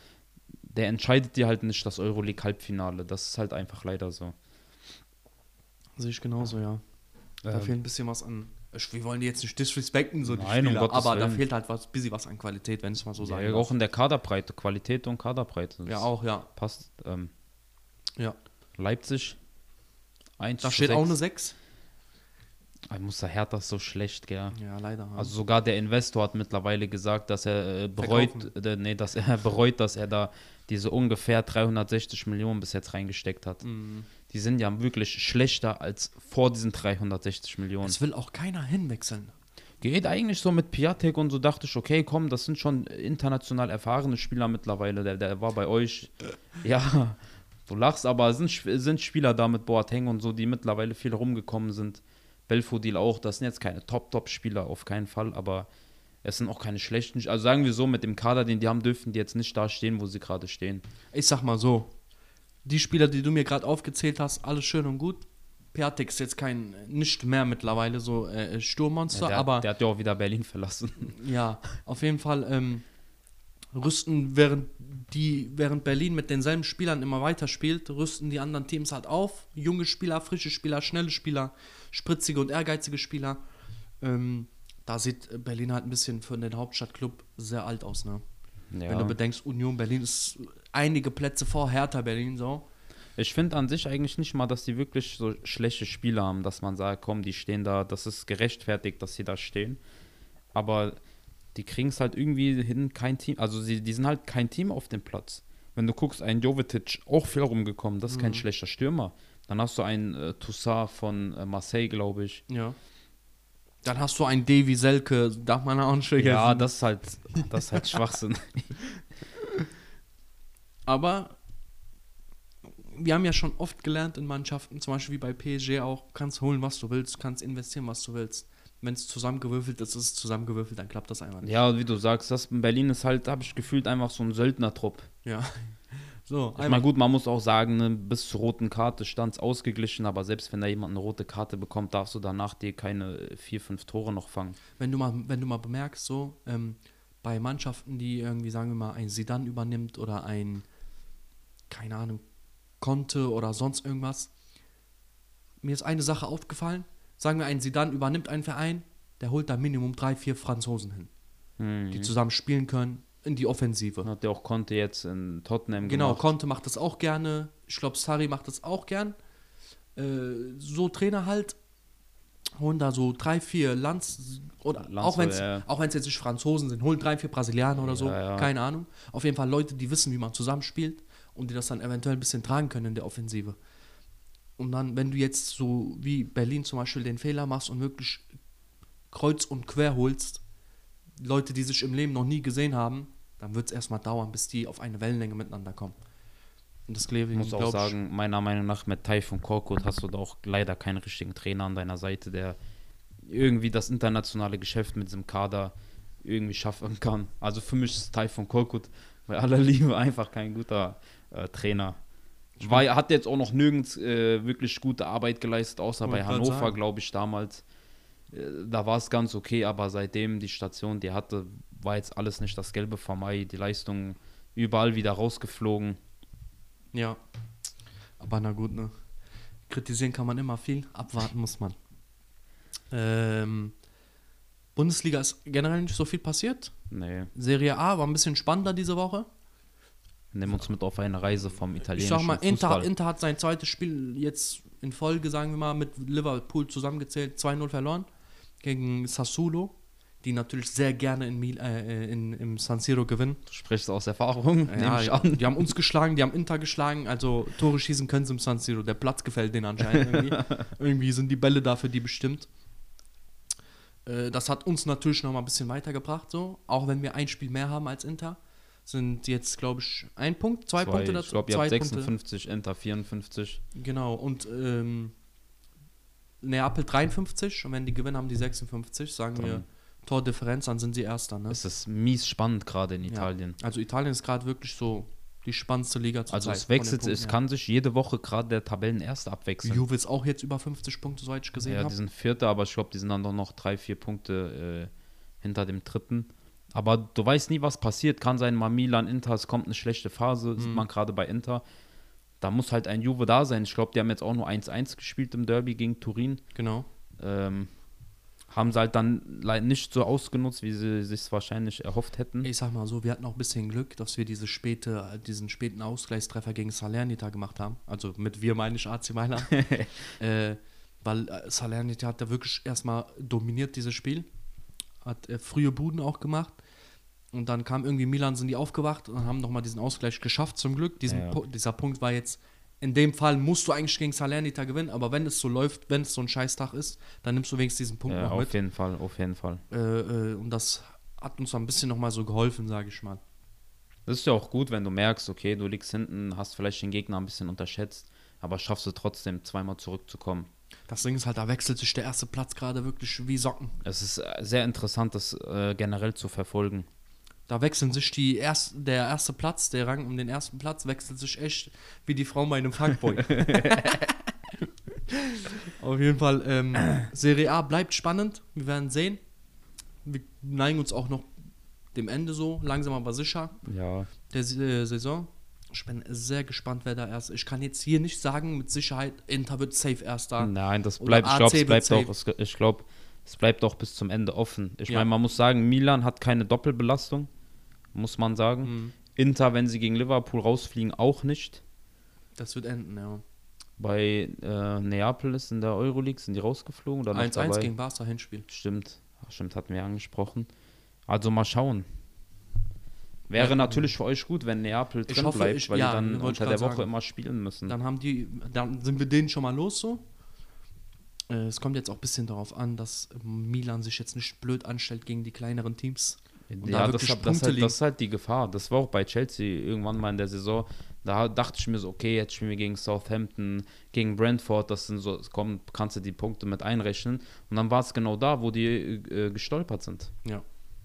Speaker 1: der entscheidet dir halt nicht das Euroleague-Halbfinale. Das ist halt einfach leider so.
Speaker 2: Sehe ich genauso, ja. Da
Speaker 1: Ähm.
Speaker 2: fehlt ein bisschen was an. Ich- Wir wollen die jetzt nicht disrespecten, so die
Speaker 1: Nein, um
Speaker 2: Spieler,
Speaker 1: Gottes
Speaker 2: aber da
Speaker 1: Willen.
Speaker 2: fehlt halt was, bisschen was an Qualität, wenn ich es mal so sage.
Speaker 1: ja, auch in der Kaderbreite, Qualität und Kaderbreite. Das
Speaker 2: ne? ja, auch, ja.
Speaker 1: Passt. Ähm,
Speaker 2: ja.
Speaker 1: Leipzig. 1
Speaker 2: Da
Speaker 1: zu
Speaker 2: steht auch eine
Speaker 1: sechs.
Speaker 2: 6.
Speaker 1: Ah, Muss der Hertha ist so schlecht, gell?
Speaker 2: Ja, leider. ja.
Speaker 1: Also sogar der Investor hat mittlerweile gesagt, dass er äh, bereut,
Speaker 2: Verkaufen.
Speaker 1: äh, nee, dass er bereut, dass er da diese ungefähr 360 Millionen bis jetzt reingesteckt hat. Die sind ja wirklich schlechter als vor diesen 360 Millionen.
Speaker 2: es will auch keiner hinwechseln.
Speaker 1: Geht eigentlich so mit Piatek und so dachte ich, okay, komm, das sind schon international erfahrene Spieler mittlerweile. Der, der war bei euch. Ja, du lachst, aber es sind, Sp- sind Spieler da mit Boateng und so, die mittlerweile viel rumgekommen sind. Belfodil auch, das sind jetzt keine Top-Top-Spieler, auf keinen Fall, aber es sind auch keine schlechten. Also sagen wir so, mit dem Kader, den die haben, dürfen die jetzt nicht da stehen, wo sie gerade stehen.
Speaker 2: Ich sag mal so: Die Spieler, die du mir gerade aufgezählt hast, alles schön und gut. Piatek ist jetzt kein, nicht mehr mittlerweile so äh, Sturmmonster,
Speaker 1: der,
Speaker 2: aber
Speaker 1: der hat ja auch wieder Berlin verlassen.
Speaker 2: Ja, auf jeden Fall ähm, rüsten, während, die, während Berlin mit denselben Spielern immer weiter spielt, rüsten die anderen Teams halt auf. Junge Spieler, frische Spieler, schnelle Spieler, spritzige und ehrgeizige Spieler. Ähm, da sieht Berlin halt ein bisschen für den Hauptstadtclub sehr alt aus, ne? Wenn du bedenkst, Union Berlin ist einige Plätze vor Hertha Berlin, so.
Speaker 1: Ich finde an sich eigentlich nicht mal, dass die wirklich so schlechte Spiele haben, dass man sagt, komm, die stehen da, das ist gerechtfertigt, dass sie da stehen. Aber die kriegen es halt irgendwie hin, kein Team, also sie, die sind halt kein Team auf dem Platz. Wenn du guckst, ein Jovetic, auch viel rumgekommen, das ist kein schlechter Stürmer. Dann hast du einen äh, Toussaint von äh, Marseille, glaube ich.
Speaker 2: Ja. Dann hast du einen Davy Selke, darf man auch nicht vergessen.
Speaker 1: Ja, das ist halt, das ist halt Schwachsinn.
Speaker 2: Aber wir haben ja schon oft gelernt in Mannschaften, zum Beispiel wie bei PSG auch, kannst holen, was du willst, kannst investieren, was du willst. Wenn es zusammengewürfelt ist, ist es zusammengewürfelt, dann klappt das einfach nicht.
Speaker 1: ja, wie du sagst, das in Berlin ist halt, habe ich gefühlt, einfach so ein Söldnertrupp.
Speaker 2: Ja. So,
Speaker 1: Ich meine, gut, man muss auch sagen, ne, bis zur roten Karte stand es ausgeglichen, aber selbst wenn da jemand eine rote Karte bekommt, darfst du danach dir keine äh, vier, fünf Tore noch fangen.
Speaker 2: wenn du mal, wenn du mal bemerkst, so ähm, bei Mannschaften, die irgendwie, sagen wir mal, ein Sedan übernimmt oder ein, keine Ahnung, Konte oder sonst irgendwas. Mir ist eine Sache aufgefallen. Sagen wir, ein Sedan übernimmt einen Verein, der holt da Minimum drei, vier Franzosen hin, die zusammen spielen können in die Offensive.
Speaker 1: Hm. Hat der auch Conte jetzt in Tottenham
Speaker 2: Genau,
Speaker 1: gemacht.
Speaker 2: Conte macht das auch gerne. Ich glaube, Sarri macht das auch gern. Äh, so Trainer halt holen da so drei, vier Lanz oder
Speaker 1: Lanz-
Speaker 2: auch wenn es
Speaker 1: ja.
Speaker 2: auch wenn's jetzt nicht Franzosen sind, holen drei, vier Brasilianer oder so,
Speaker 1: Ja, ja.
Speaker 2: keine Ahnung. Auf jeden Fall Leute, die wissen, wie man zusammenspielt und die das dann eventuell ein bisschen tragen können in der Offensive. Und dann, wenn du jetzt so wie Berlin zum Beispiel den Fehler machst und wirklich kreuz und quer holst, Leute, die sich im Leben noch nie gesehen haben, dann wird es erstmal dauern, bis die auf eine Wellenlänge miteinander kommen. Und das glaube
Speaker 1: Ich muss auch
Speaker 2: glaub ich-
Speaker 1: sagen, meiner Meinung nach mit Taifun Korkut hast du da auch leider keinen richtigen Trainer an deiner Seite, der irgendwie das internationale Geschäft mit diesem Kader irgendwie schaffen kann. Also für mich ist Taifun Korkut bei aller Liebe einfach kein guter äh, Trainer. War, hat jetzt auch noch nirgends äh, wirklich gute Arbeit geleistet, außer
Speaker 2: Wollte
Speaker 1: bei
Speaker 2: grad
Speaker 1: Hannover,
Speaker 2: sagen.
Speaker 1: glaube ich, damals. Äh, Da war es ganz okay, aber seitdem die Station, die er hatte, war jetzt alles nicht das Gelbe vom Mai. Die Leistung überall wieder rausgeflogen.
Speaker 2: Ja. Aber na gut, ne? Kritisieren kann man immer viel, abwarten muss man. Ähm, Bundesliga ist generell nicht so viel passiert.
Speaker 1: Nee.
Speaker 2: Serie A war ein bisschen spannender diese Woche.
Speaker 1: Nimm uns mit auf eine Reise vom
Speaker 2: Ich
Speaker 1: italienischen
Speaker 2: sag mal, Inter,
Speaker 1: Fußball.
Speaker 2: Inter hat sein zweites Spiel jetzt in Folge, sagen wir mal, mit Liverpool zusammengezählt, 2-0 verloren gegen Sassuolo, die natürlich sehr gerne in Mil äh, in, im San Siro gewinnen.
Speaker 1: du sprichst aus Erfahrung, nehme ich
Speaker 2: ja,
Speaker 1: an.
Speaker 2: Die haben uns geschlagen, die haben Inter geschlagen, also Tore schießen können sie im San Siro. Der Platz gefällt denen anscheinend irgendwie. irgendwie sind die Bälle dafür die bestimmt. Äh, Das hat uns natürlich nochmal ein bisschen weitergebracht, so. Auch wenn wir ein Spiel mehr haben als Inter, sind jetzt, glaube ich, ein Punkt, zwei, Punkte
Speaker 1: ich glaube, ihr
Speaker 2: zwei
Speaker 1: habt
Speaker 2: Punkte.
Speaker 1: 56, Inter 54.
Speaker 2: Genau, und ähm, Neapel 53 und wenn die gewinnen, haben die 56, sagen
Speaker 1: Dann-
Speaker 2: wir Tordifferenz, dann sind sie Erster. Ne?
Speaker 1: Es ist mies spannend gerade in Italien.
Speaker 2: Ja. Also Italien ist gerade wirklich so die spannendste Liga zur
Speaker 1: Also
Speaker 2: Zeit.
Speaker 1: es wechselt,
Speaker 2: von den
Speaker 1: es
Speaker 2: Punkten her.
Speaker 1: kann sich jede Woche gerade der Tabellenerste abwechseln.
Speaker 2: Juve ist auch jetzt über 50 Punkte, soweit ich gesehen
Speaker 1: ja, die
Speaker 2: habe.
Speaker 1: sind Vierter, aber ich glaube, die sind dann doch noch drei, vier Punkte äh, hinter dem Dritten. Aber du weißt nie, was passiert. Kann sein, mal Milan, Inter, es kommt eine schlechte Phase,
Speaker 2: Mhm.
Speaker 1: sieht man gerade bei Inter. Da muss halt ein Juve da sein. Ich glaube, die haben jetzt auch nur 1-1 gespielt im Derby gegen Turin.
Speaker 2: Genau.
Speaker 1: ähm, haben sie halt dann leider nicht so ausgenutzt, wie sie sich wahrscheinlich erhofft hätten.
Speaker 2: Ich sag mal so, wir hatten auch ein bisschen Glück, dass wir diese späte, diesen späten Ausgleichstreffer gegen Salernita gemacht haben. Also mit wir meine ich AC Mailand. äh, weil äh, Salernita hat da wirklich erstmal dominiert dieses Spiel. Hat äh, frühe Buden auch gemacht. Und dann kam irgendwie Milan, sind die aufgewacht und haben nochmal diesen Ausgleich geschafft, zum Glück. Diesen,
Speaker 1: Ja.
Speaker 2: Pu- Dieser Punkt war jetzt, in dem Fall musst du eigentlich gegen Salernita gewinnen, aber wenn es so läuft, wenn es so ein Scheißtag ist, dann nimmst du wenigstens diesen Punkt
Speaker 1: Äh,
Speaker 2: noch mit.
Speaker 1: auf jeden Fall, auf jeden Fall.
Speaker 2: Äh, äh, und das hat uns ein bisschen nochmal so geholfen, sage ich mal.
Speaker 1: Das ist ja auch gut, wenn du merkst, okay, du liegst hinten, hast vielleicht den Gegner ein bisschen unterschätzt, aber schaffst du trotzdem zweimal zurückzukommen.
Speaker 2: Das Ding ist halt, da wechselt sich der erste Platz gerade wirklich wie Socken.
Speaker 1: Es ist äh, sehr interessant, das äh, generell zu verfolgen.
Speaker 2: Da wechseln sich die erst, der erste Platz, der Rang um den ersten Platz, wechselt sich echt wie die Frau bei einem Fuckboy. Auf jeden Fall, ähm, Serie A bleibt spannend. Wir werden sehen. Wir neigen uns auch noch dem Ende so, langsam aber sicher.
Speaker 1: Ja.
Speaker 2: der S- äh, Saison. Ich bin sehr gespannt, wer da erst. Ich kann jetzt hier nicht sagen mit Sicherheit, Inter wird safe erst da.
Speaker 1: Ah. Nein, das
Speaker 2: Oder
Speaker 1: bleibt, ich glaube,
Speaker 2: AC
Speaker 1: es bleibt
Speaker 2: wird
Speaker 1: auch, es, ich glaube, es bleibt auch bis zum Ende offen. Ich
Speaker 2: Ja.
Speaker 1: meine, man muss sagen, Milan hat keine Doppelbelastung, muss man sagen.
Speaker 2: Mhm.
Speaker 1: Inter, wenn sie gegen Liverpool rausfliegen, auch nicht.
Speaker 2: Das wird enden, ja.
Speaker 1: bei äh, Neapel ist in der Euroleague, sind die rausgeflogen oder noch
Speaker 2: 1-1
Speaker 1: dabei?
Speaker 2: gegen Barca Hinspiel.
Speaker 1: Stimmt, Ach, stimmt, hatten wir angesprochen. Also mal schauen. Wäre
Speaker 2: Ja,
Speaker 1: natürlich für euch gut, wenn Neapel drin
Speaker 2: hoffe,
Speaker 1: bleibt,
Speaker 2: ich-
Speaker 1: weil
Speaker 2: ja,
Speaker 1: die dann
Speaker 2: wollte ich
Speaker 1: unter
Speaker 2: grad
Speaker 1: der Woche
Speaker 2: sagen.
Speaker 1: immer spielen müssen.
Speaker 2: Dann haben die, dann sind wir denen schon mal los so. Äh, Es kommt jetzt auch ein bisschen darauf an, dass Milan sich jetzt nicht blöd anstellt gegen die kleineren Teams. und da
Speaker 1: ja, das,
Speaker 2: wirklich
Speaker 1: hab- das, ist
Speaker 2: Punkte
Speaker 1: halt,
Speaker 2: liegen.
Speaker 1: das ist halt die Gefahr. Das war auch bei Chelsea irgendwann mal in der Saison. Da dachte ich mir so, okay, jetzt spielen wir gegen Southampton, gegen Brentford, das sind so, es kommen, kannst du die Punkte mit einrechnen. Und dann war es genau da, wo die äh, gestolpert sind.
Speaker 2: Ja.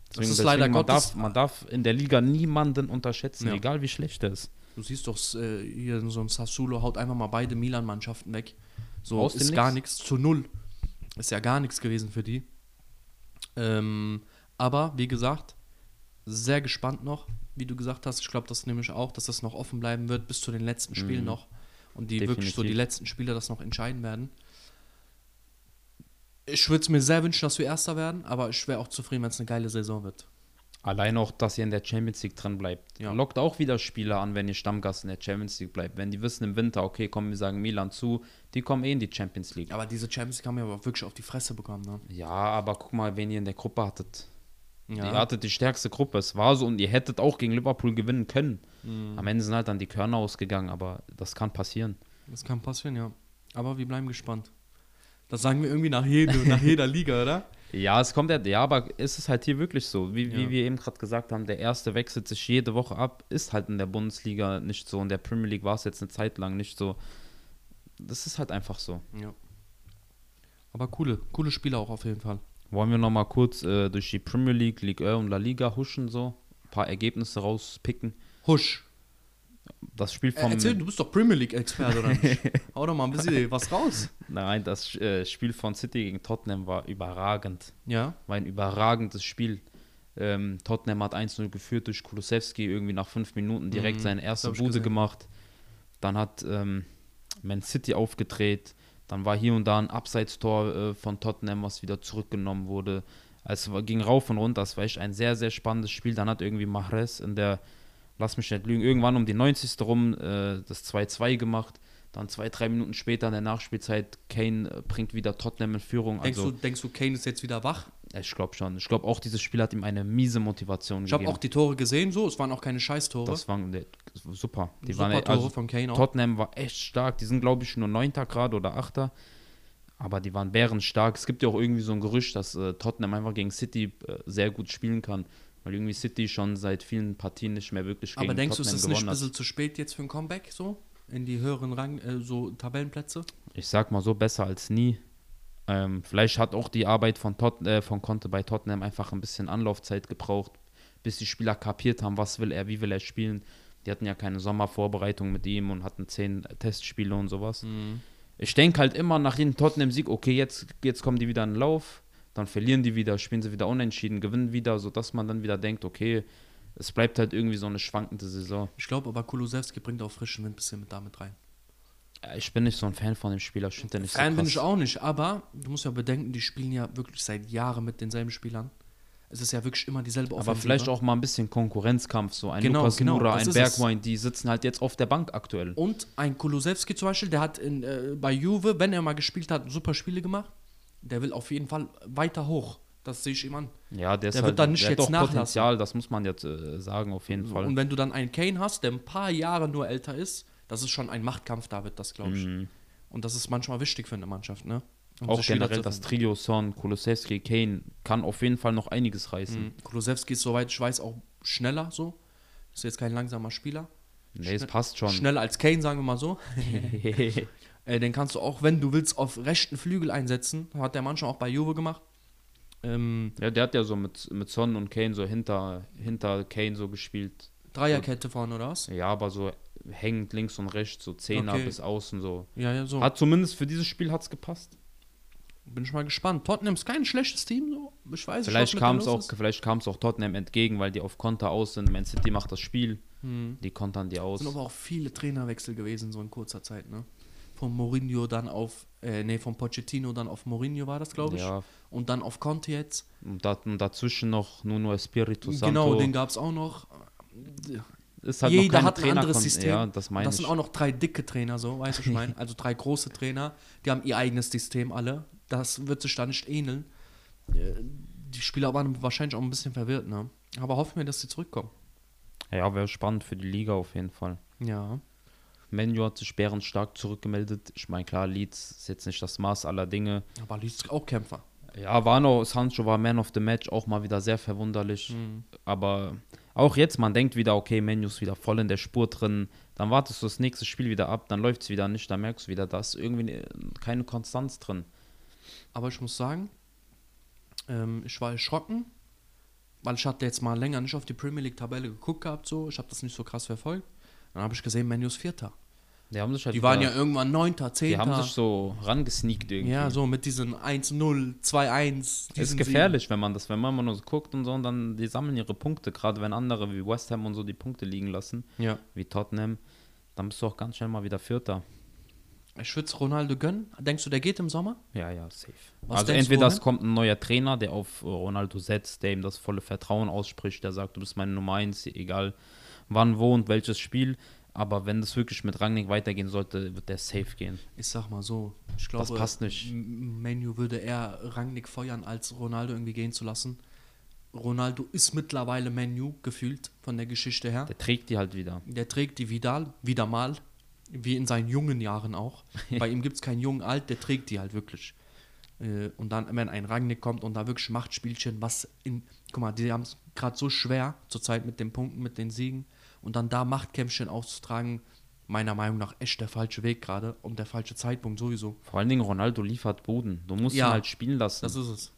Speaker 2: Das
Speaker 1: Deswegen,
Speaker 2: ist leider
Speaker 1: deswegen, man
Speaker 2: Gottes.
Speaker 1: darf, man darf in der Liga niemanden unterschätzen,
Speaker 2: Ja.
Speaker 1: egal wie schlecht er ist.
Speaker 2: Du siehst doch, äh, hier so ein Sassuolo haut einfach mal beide Milan-Mannschaften weg. So
Speaker 1: Aus dem
Speaker 2: ist
Speaker 1: Nix.
Speaker 2: gar nichts zu null. Ist ja gar nichts gewesen für die. Ähm, aber wie gesagt, sehr gespannt noch, wie du gesagt hast. Ich glaube, das nehme ich auch, dass das noch offen bleiben wird bis zu den letzten Spielen
Speaker 1: Mhm.
Speaker 2: noch. Und die wirklich so
Speaker 1: Definitiv.
Speaker 2: die letzten Spieler das noch entscheiden werden. Ich würde es mir sehr wünschen, dass wir Erster werden, aber ich wäre auch zufrieden, wenn es eine geile Saison wird.
Speaker 1: Allein auch, dass ihr in der Champions League drin bleibt.
Speaker 2: Ja.
Speaker 1: Lockt auch wieder Spieler an, wenn ihr Stammgast in der Champions League bleibt. Wenn die wissen im Winter, okay, komm, wir sagen Milan zu, die kommen eh in die Champions League.
Speaker 2: Aber diese Champions League haben wir aber wirklich auf die Fresse bekommen. Ne?
Speaker 1: Ja, aber guck mal, wen ihr in der Gruppe hattet. Ihr hattet die stärkste Gruppe, es war so und ihr hättet auch gegen Liverpool gewinnen können.
Speaker 2: Mhm.
Speaker 1: Am Ende sind halt dann die Körner ausgegangen, aber das kann passieren.
Speaker 2: Das kann passieren, ja. Aber wir bleiben gespannt. Das sagen wir irgendwie nach, jedem, nach jeder Liga, oder?
Speaker 1: Ja, es kommt ja, ja, aber ist es halt hier wirklich so? Wie, wie
Speaker 2: Ja.
Speaker 1: wir eben gerade gesagt haben, der erste wechselt sich jede Woche ab, ist halt in der Bundesliga nicht so. In der Premier League war es jetzt eine Zeit lang nicht so. Das ist halt einfach so.
Speaker 2: Ja. Aber coole, coole Spieler auch auf jeden Fall.
Speaker 1: Wollen wir nochmal kurz äh, durch die Premier League, Ligue 1 und La Liga huschen, so ein paar Ergebnisse rauspicken.
Speaker 2: Husch.
Speaker 1: Das Spiel
Speaker 2: Äh,
Speaker 1: vom
Speaker 2: erzähl, du bist doch Premier League-Experte, oder nicht? Hau doch mal ein bisschen was raus.
Speaker 1: Nein, das äh, Spiel von City gegen Tottenham war überragend.
Speaker 2: Ja.
Speaker 1: War ein überragendes Spiel. Ähm, Tottenham hat 1-0 geführt durch Kulusewski, irgendwie nach fünf Minuten direkt
Speaker 2: Mhm,
Speaker 1: seine
Speaker 2: das
Speaker 1: erste
Speaker 2: hab ich
Speaker 1: Bude
Speaker 2: gesehen.
Speaker 1: gemacht. Dann hat ähm, Man City aufgedreht. Dann war hier und da ein Abseitstor äh, von Tottenham, was wieder zurückgenommen wurde. Also es war- ging rauf und runter. Das war echt ein sehr, sehr spannendes Spiel. Dann hat irgendwie Mahrez in der, lass mich nicht lügen, irgendwann um die 90. rum äh, das 2-2 gemacht. Dann zwei, drei Minuten später in der Nachspielzeit, Kane äh, bringt wieder Tottenham in Führung.
Speaker 2: Denkst,
Speaker 1: also,
Speaker 2: du, denkst du, Kane ist jetzt wieder wach?
Speaker 1: ich glaube schon. Ich glaube auch, dieses Spiel hat ihm eine miese Motivation
Speaker 2: Ich habe
Speaker 1: gegeben.
Speaker 2: auch die Tore gesehen, so. Es waren auch keine Scheiß-Tore.
Speaker 1: das waren der- super. Die
Speaker 2: Super
Speaker 1: waren
Speaker 2: Tore
Speaker 1: also,
Speaker 2: von Kane auch.
Speaker 1: Tottenham war echt stark. Die sind, glaube ich, nur Neunter gerade oder Achter. Aber die waren bärenstark. Es gibt ja auch irgendwie so ein Gerücht, dass äh, Tottenham einfach gegen City äh, sehr gut spielen kann. Weil irgendwie City schon seit vielen Partien nicht mehr wirklich gegen
Speaker 2: Aber denkst du,
Speaker 1: Tottenham
Speaker 2: es ist nicht
Speaker 1: gewonnen
Speaker 2: ein
Speaker 1: hat.
Speaker 2: bisschen zu spät jetzt für ein Comeback, so? In die höheren Rang, äh, so Tabellenplätze?
Speaker 1: ich sag mal so, besser als nie. Ähm, vielleicht hat auch die Arbeit von, Tot äh, von Conte bei Tottenham einfach ein bisschen Anlaufzeit gebraucht, bis die Spieler kapiert haben, was will er, wie will er spielen. Die hatten ja keine Sommervorbereitung mit ihm und hatten zehn Testspiele und sowas.
Speaker 2: Mhm.
Speaker 1: Ich denke halt immer nach jedem Tottenham-Sieg, okay, jetzt, jetzt kommen die wieder in den Lauf, dann verlieren die wieder, spielen sie wieder unentschieden, gewinnen wieder, sodass man dann wieder denkt, okay, es bleibt halt irgendwie so eine schwankende Saison.
Speaker 2: Ich glaube aber, Kulusewski bringt auch frischen Wind ein bisschen mit damit rein.
Speaker 1: Äh, Ich bin nicht so ein Fan von dem Spieler, ich finde den nicht
Speaker 2: Fan
Speaker 1: so krass.
Speaker 2: bin ich auch nicht, aber du musst ja bedenken, die spielen ja wirklich seit Jahren mit denselben Spielern. Es ist ja wirklich immer dieselbe ne?
Speaker 1: Aber vielleicht auch mal ein bisschen Konkurrenzkampf, so ein
Speaker 2: Genau,
Speaker 1: Lukas
Speaker 2: genau,
Speaker 1: Moura,
Speaker 2: das
Speaker 1: ein
Speaker 2: ist Oh,
Speaker 1: Bergwein, die sitzen halt jetzt auf der Bank aktuell.
Speaker 2: Und ein Kulusewski zum Beispiel, der hat in, äh, bei Juve, wenn er mal gespielt hat, super Spiele gemacht. Der will auf jeden Fall weiter hoch. Das sehe ich ihm an.
Speaker 1: Ja, der, ist
Speaker 2: Der
Speaker 1: halt,
Speaker 2: wird dann nicht
Speaker 1: der hat
Speaker 2: jetzt
Speaker 1: auch
Speaker 2: nachlassen.
Speaker 1: Potenzial, das muss man jetzt äh, sagen, auf jeden Fall.
Speaker 2: Und wenn du dann einen Kane hast, der ein paar Jahre nur älter ist, das ist schon ein Machtkampf, David, das glaube ich. Und das ist manchmal wichtig für eine Mannschaft, ne? Um so
Speaker 1: Mhm. auch
Speaker 2: Spieler
Speaker 1: generell
Speaker 2: zu
Speaker 1: das
Speaker 2: finden.
Speaker 1: Trio Son, Kulusewski, Kane kann auf jeden Fall noch einiges reißen.
Speaker 2: Mhm. Kulusewski ist, soweit ich weiß, auch schneller so. Ist jetzt kein langsamer Spieler.
Speaker 1: Nee, es passt schon.
Speaker 2: Schneller als Kane, sagen wir mal so. Äh, den kannst du auch, wenn du willst, auf rechten Flügel einsetzen. Hat der Mann schon auch bei Juve gemacht. Ähm,
Speaker 1: ja, der hat ja so mit, mit Son und Kane so hinter, hinter Kane so gespielt.
Speaker 2: Dreierkette vorne oder was?
Speaker 1: Ja, aber so hängend links und rechts, so Zehner
Speaker 2: Okay.
Speaker 1: bis außen so.
Speaker 2: Ja, ja, so.
Speaker 1: Hat zumindest für dieses Spiel hat's gepasst.
Speaker 2: Bin ich mal gespannt. Tottenham ist kein schlechtes Team, so. Ich weiß
Speaker 1: Vielleicht
Speaker 2: nicht, was
Speaker 1: kam
Speaker 2: mit
Speaker 1: es
Speaker 2: denen
Speaker 1: auch,
Speaker 2: los ist.
Speaker 1: vielleicht kam es auch Tottenham entgegen, weil die auf Konter aus sind. Man City macht das Spiel, die kontern die aus.
Speaker 2: Hm. sind aber auch viele Trainerwechsel gewesen, so in kurzer Zeit, ne? Von Mourinho dann auf, äh, nee, von Pochettino dann auf Mourinho war das, glaube ich.
Speaker 1: Ja.
Speaker 2: Und dann auf Conte jetzt.
Speaker 1: Und, da, und dazwischen noch Nuno Espirito Santo.
Speaker 2: Genau, den gab es auch noch.
Speaker 1: ist halt noch
Speaker 2: Jeder
Speaker 1: keine
Speaker 2: hat ein
Speaker 1: Trainer-
Speaker 2: anderes
Speaker 1: Kon-
Speaker 2: System.
Speaker 1: Ja, das meine
Speaker 2: das
Speaker 1: ich.
Speaker 2: sind auch noch drei dicke Trainer, so, weißt du, was ich meine? Also drei große Trainer, die haben ihr eigenes System alle. Das wird sich da nicht ähneln. Äh, Die Spieler waren wahrscheinlich auch ein bisschen verwirrt, ne? Aber hoffen wir, dass sie zurückkommen.
Speaker 1: ja, wäre spannend für die Liga auf jeden Fall.
Speaker 2: Ja.
Speaker 1: Menu hat sich bärenstark zurückgemeldet. Ich meine, klar, Leeds ist jetzt nicht das Maß aller Dinge.
Speaker 2: Aber Leeds ist auch Kämpfer.
Speaker 1: Ja, war noch, Sancho war Man of the Match, auch mal wieder sehr verwunderlich.
Speaker 2: Mhm.
Speaker 1: Aber auch jetzt, man denkt wieder, okay, Menu ist wieder voll in der Spur drin. Dann wartest du das nächste Spiel wieder ab, dann läuft es wieder nicht, dann merkst du wieder, da ist irgendwie ne- keine Konstanz drin.
Speaker 2: Aber ich muss sagen, ähm, ich war erschrocken, weil ich hatte jetzt mal länger nicht auf die Premier League-Tabelle geguckt gehabt, so. Ich habe das nicht so krass verfolgt. Dann habe ich gesehen, Menus Vierter.
Speaker 1: Die haben sich halt
Speaker 2: Die waren
Speaker 1: wieder-
Speaker 2: ja irgendwann Neunter, Zehnter.
Speaker 1: die haben sich so rangesneakt irgendwie.
Speaker 2: Ja, so mit diesen 1-0, 2-1.
Speaker 1: ist
Speaker 2: diesen
Speaker 1: gefährlich, wenn man das, wenn man mal nur so guckt und so, und dann die sammeln ihre Punkte, gerade wenn andere wie West Ham und so die Punkte liegen lassen,
Speaker 2: Siegen. Ja.
Speaker 1: wie Tottenham, dann bist du auch ganz schnell mal wieder Vierter.
Speaker 2: Ich würde Ronaldo gönnen. Denkst du, der geht im Sommer?
Speaker 1: Ja, ja, safe.
Speaker 2: Was
Speaker 1: also
Speaker 2: denkst du,
Speaker 1: entweder es
Speaker 2: wohin?
Speaker 1: kommt ein neuer Trainer, der auf äh, Ronaldo setzt, der ihm das volle Vertrauen ausspricht, der sagt, du bist meine Nummer eins, egal wann, wo und welches Spiel. Aber wenn das wirklich mit Rangnick weitergehen sollte, wird der safe gehen.
Speaker 2: Ich sag mal so. Ich glaube,
Speaker 1: passt nicht.
Speaker 2: M- Menu würde eher Rangnick feuern, als Ronaldo irgendwie gehen zu lassen. Ronaldo ist mittlerweile Menu gefühlt von der Geschichte her.
Speaker 1: Der trägt die halt wieder.
Speaker 2: Der trägt die Vidal wieder mal, wie in seinen jungen Jahren auch. Bei ihm gibt es keinen jungen Alt, der trägt die halt wirklich. Äh, und dann, wenn ein Rangnick kommt und da wirklich Machtspielchen, was in, guck mal, die haben es gerade so schwer zurzeit mit den Punkten, mit den Siegen und dann da Machtkämpfchen auszutragen, meiner Meinung nach echt der falsche Weg gerade und der falsche Zeitpunkt sowieso.
Speaker 1: Vor allen Dingen, Ronaldo liefert Boden. Du musst
Speaker 2: Ja.
Speaker 1: ihn halt spielen lassen.
Speaker 2: Das ist es.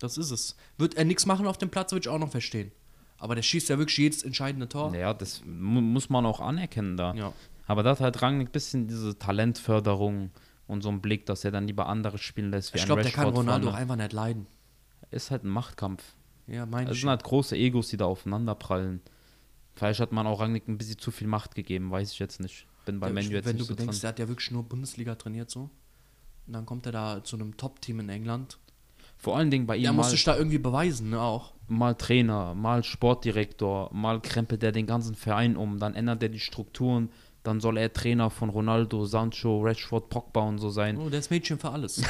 Speaker 2: Das ist es. Wird er nichts machen auf dem Platz, würde ich auch noch verstehen. Aber der schießt ja wirklich jedes entscheidende Tor.
Speaker 1: ja, das mu muss man auch anerkennen da.
Speaker 2: Ja.
Speaker 1: Aber da hat halt Rangnick ein bisschen diese Talentförderung und so einen Blick, dass er dann lieber andere spielen lässt. wie
Speaker 2: Ich
Speaker 1: ein
Speaker 2: glaube, der kann
Speaker 1: Rashford
Speaker 2: Ronaldo auch
Speaker 1: vorne.
Speaker 2: einfach nicht leiden.
Speaker 1: Ist halt ein Machtkampf.
Speaker 2: Ja, meine
Speaker 1: Es
Speaker 2: ich.
Speaker 1: sind halt große Egos, die da aufeinanderprallen. Vielleicht hat man auch Rangnick ein bisschen zu viel Macht gegeben, weiß ich jetzt nicht. Bin bei
Speaker 2: Ja,
Speaker 1: Menu
Speaker 2: ich-
Speaker 1: jetzt
Speaker 2: wenn
Speaker 1: nicht
Speaker 2: du
Speaker 1: so dran.
Speaker 2: bedenkst, der hat ja wirklich nur Bundesliga trainiert so. Und dann kommt er da zu einem Top-Team in England.
Speaker 1: Vor allen Dingen bei
Speaker 2: Der
Speaker 1: ihm
Speaker 2: muss
Speaker 1: mal,
Speaker 2: sich da irgendwie beweisen, ne, auch.
Speaker 1: mal Trainer, mal Sportdirektor, mal krempelt er den ganzen Verein um, dann ändert er die Strukturen, dann soll er Trainer von Ronaldo, Sancho, Rashford, Pogba und so sein.
Speaker 2: Oh, der ist Mädchen für alles.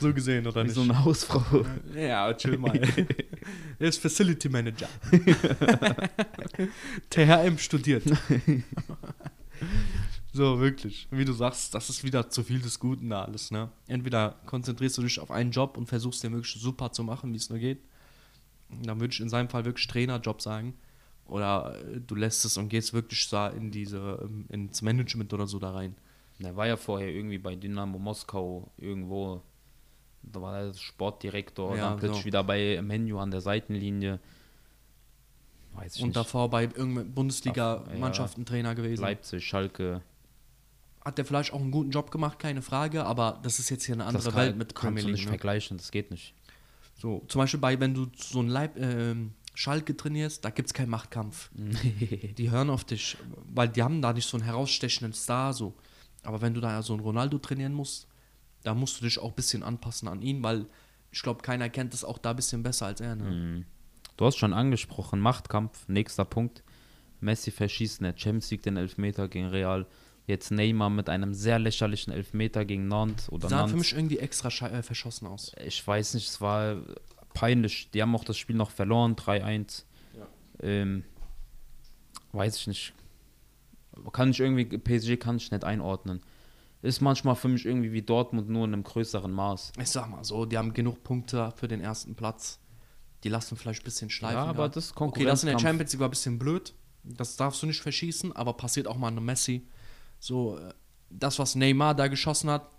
Speaker 2: so gesehen, oder
Speaker 1: Wie so eine Hausfrau.
Speaker 2: Ja, chill mal. er ist Facility Manager. THM studiert. so, wirklich. Wie du sagst, das ist wieder zu viel des Guten da alles, ne? Entweder konzentrierst du dich auf einen Job und versuchst den wirklich super zu machen, wie es nur geht. Dann würde ich in seinem Fall wirklich Trainerjob sagen. Oder äh, du lässt es und gehst wirklich da in diese, ähm, ins Management oder so da rein.
Speaker 1: Der war ja vorher irgendwie bei Dynamo Moskau irgendwo. Da war er Sportdirektor,
Speaker 2: Ja, genau.
Speaker 1: dann plötzlich
Speaker 2: so.
Speaker 1: wieder bei Menu an der Seitenlinie. Weiß ich
Speaker 2: Und
Speaker 1: nicht.
Speaker 2: davor bei irgendeinem Bundesliga-Mannschaften Trainer gewesen.
Speaker 1: Leipzig, Schalke.
Speaker 2: Hat der vielleicht auch einen guten Job gemacht, keine Frage, aber das ist jetzt hier eine andere
Speaker 1: das kann,
Speaker 2: Welt mit Premier
Speaker 1: kannst du
Speaker 2: League.
Speaker 1: nicht
Speaker 2: Ne?
Speaker 1: vergleichen, das geht nicht.
Speaker 2: So, zum Beispiel bei, wenn du so einen Leib, ähm, Schalke trainierst, da gibt es keinen Machtkampf. Die hören auf dich, weil die haben da nicht so einen herausstechenden Star so. Aber wenn du da so einen Ronaldo trainieren musst, da musst du dich auch ein bisschen anpassen an ihn, weil ich glaube, keiner kennt das auch da ein bisschen besser als er. Ne?
Speaker 1: Mhm, Du hast schon angesprochen, Machtkampf, nächster Punkt. Messi verschießt in der Champions League den Elfmeter gegen Real. Jetzt Neymar mit einem sehr lächerlichen Elfmeter gegen Nantes oder
Speaker 2: Sah für
Speaker 1: Nantes.
Speaker 2: mich irgendwie extra schei- äh, verschossen aus.
Speaker 1: ich weiß nicht, es war peinlich. Die haben auch das Spiel noch verloren, 3-1. Ähm, weiß ich nicht. Kann ich irgendwie, PSG kann ich nicht einordnen. Ist manchmal für mich irgendwie wie Dortmund nur in einem größeren Maß.
Speaker 2: Ich sag mal so, die haben genug Punkte für den ersten Platz. Die lassen vielleicht ein bisschen schleifen.
Speaker 1: Ja, aber
Speaker 2: grad.
Speaker 1: das ist
Speaker 2: Okay, das in der
Speaker 1: Konkurrenzkampf.
Speaker 2: Champions League war ein bisschen blöd. Das darfst du nicht verschießen, aber passiert auch mal einem Messi. So, äh, das, was Neymar da geschossen hat,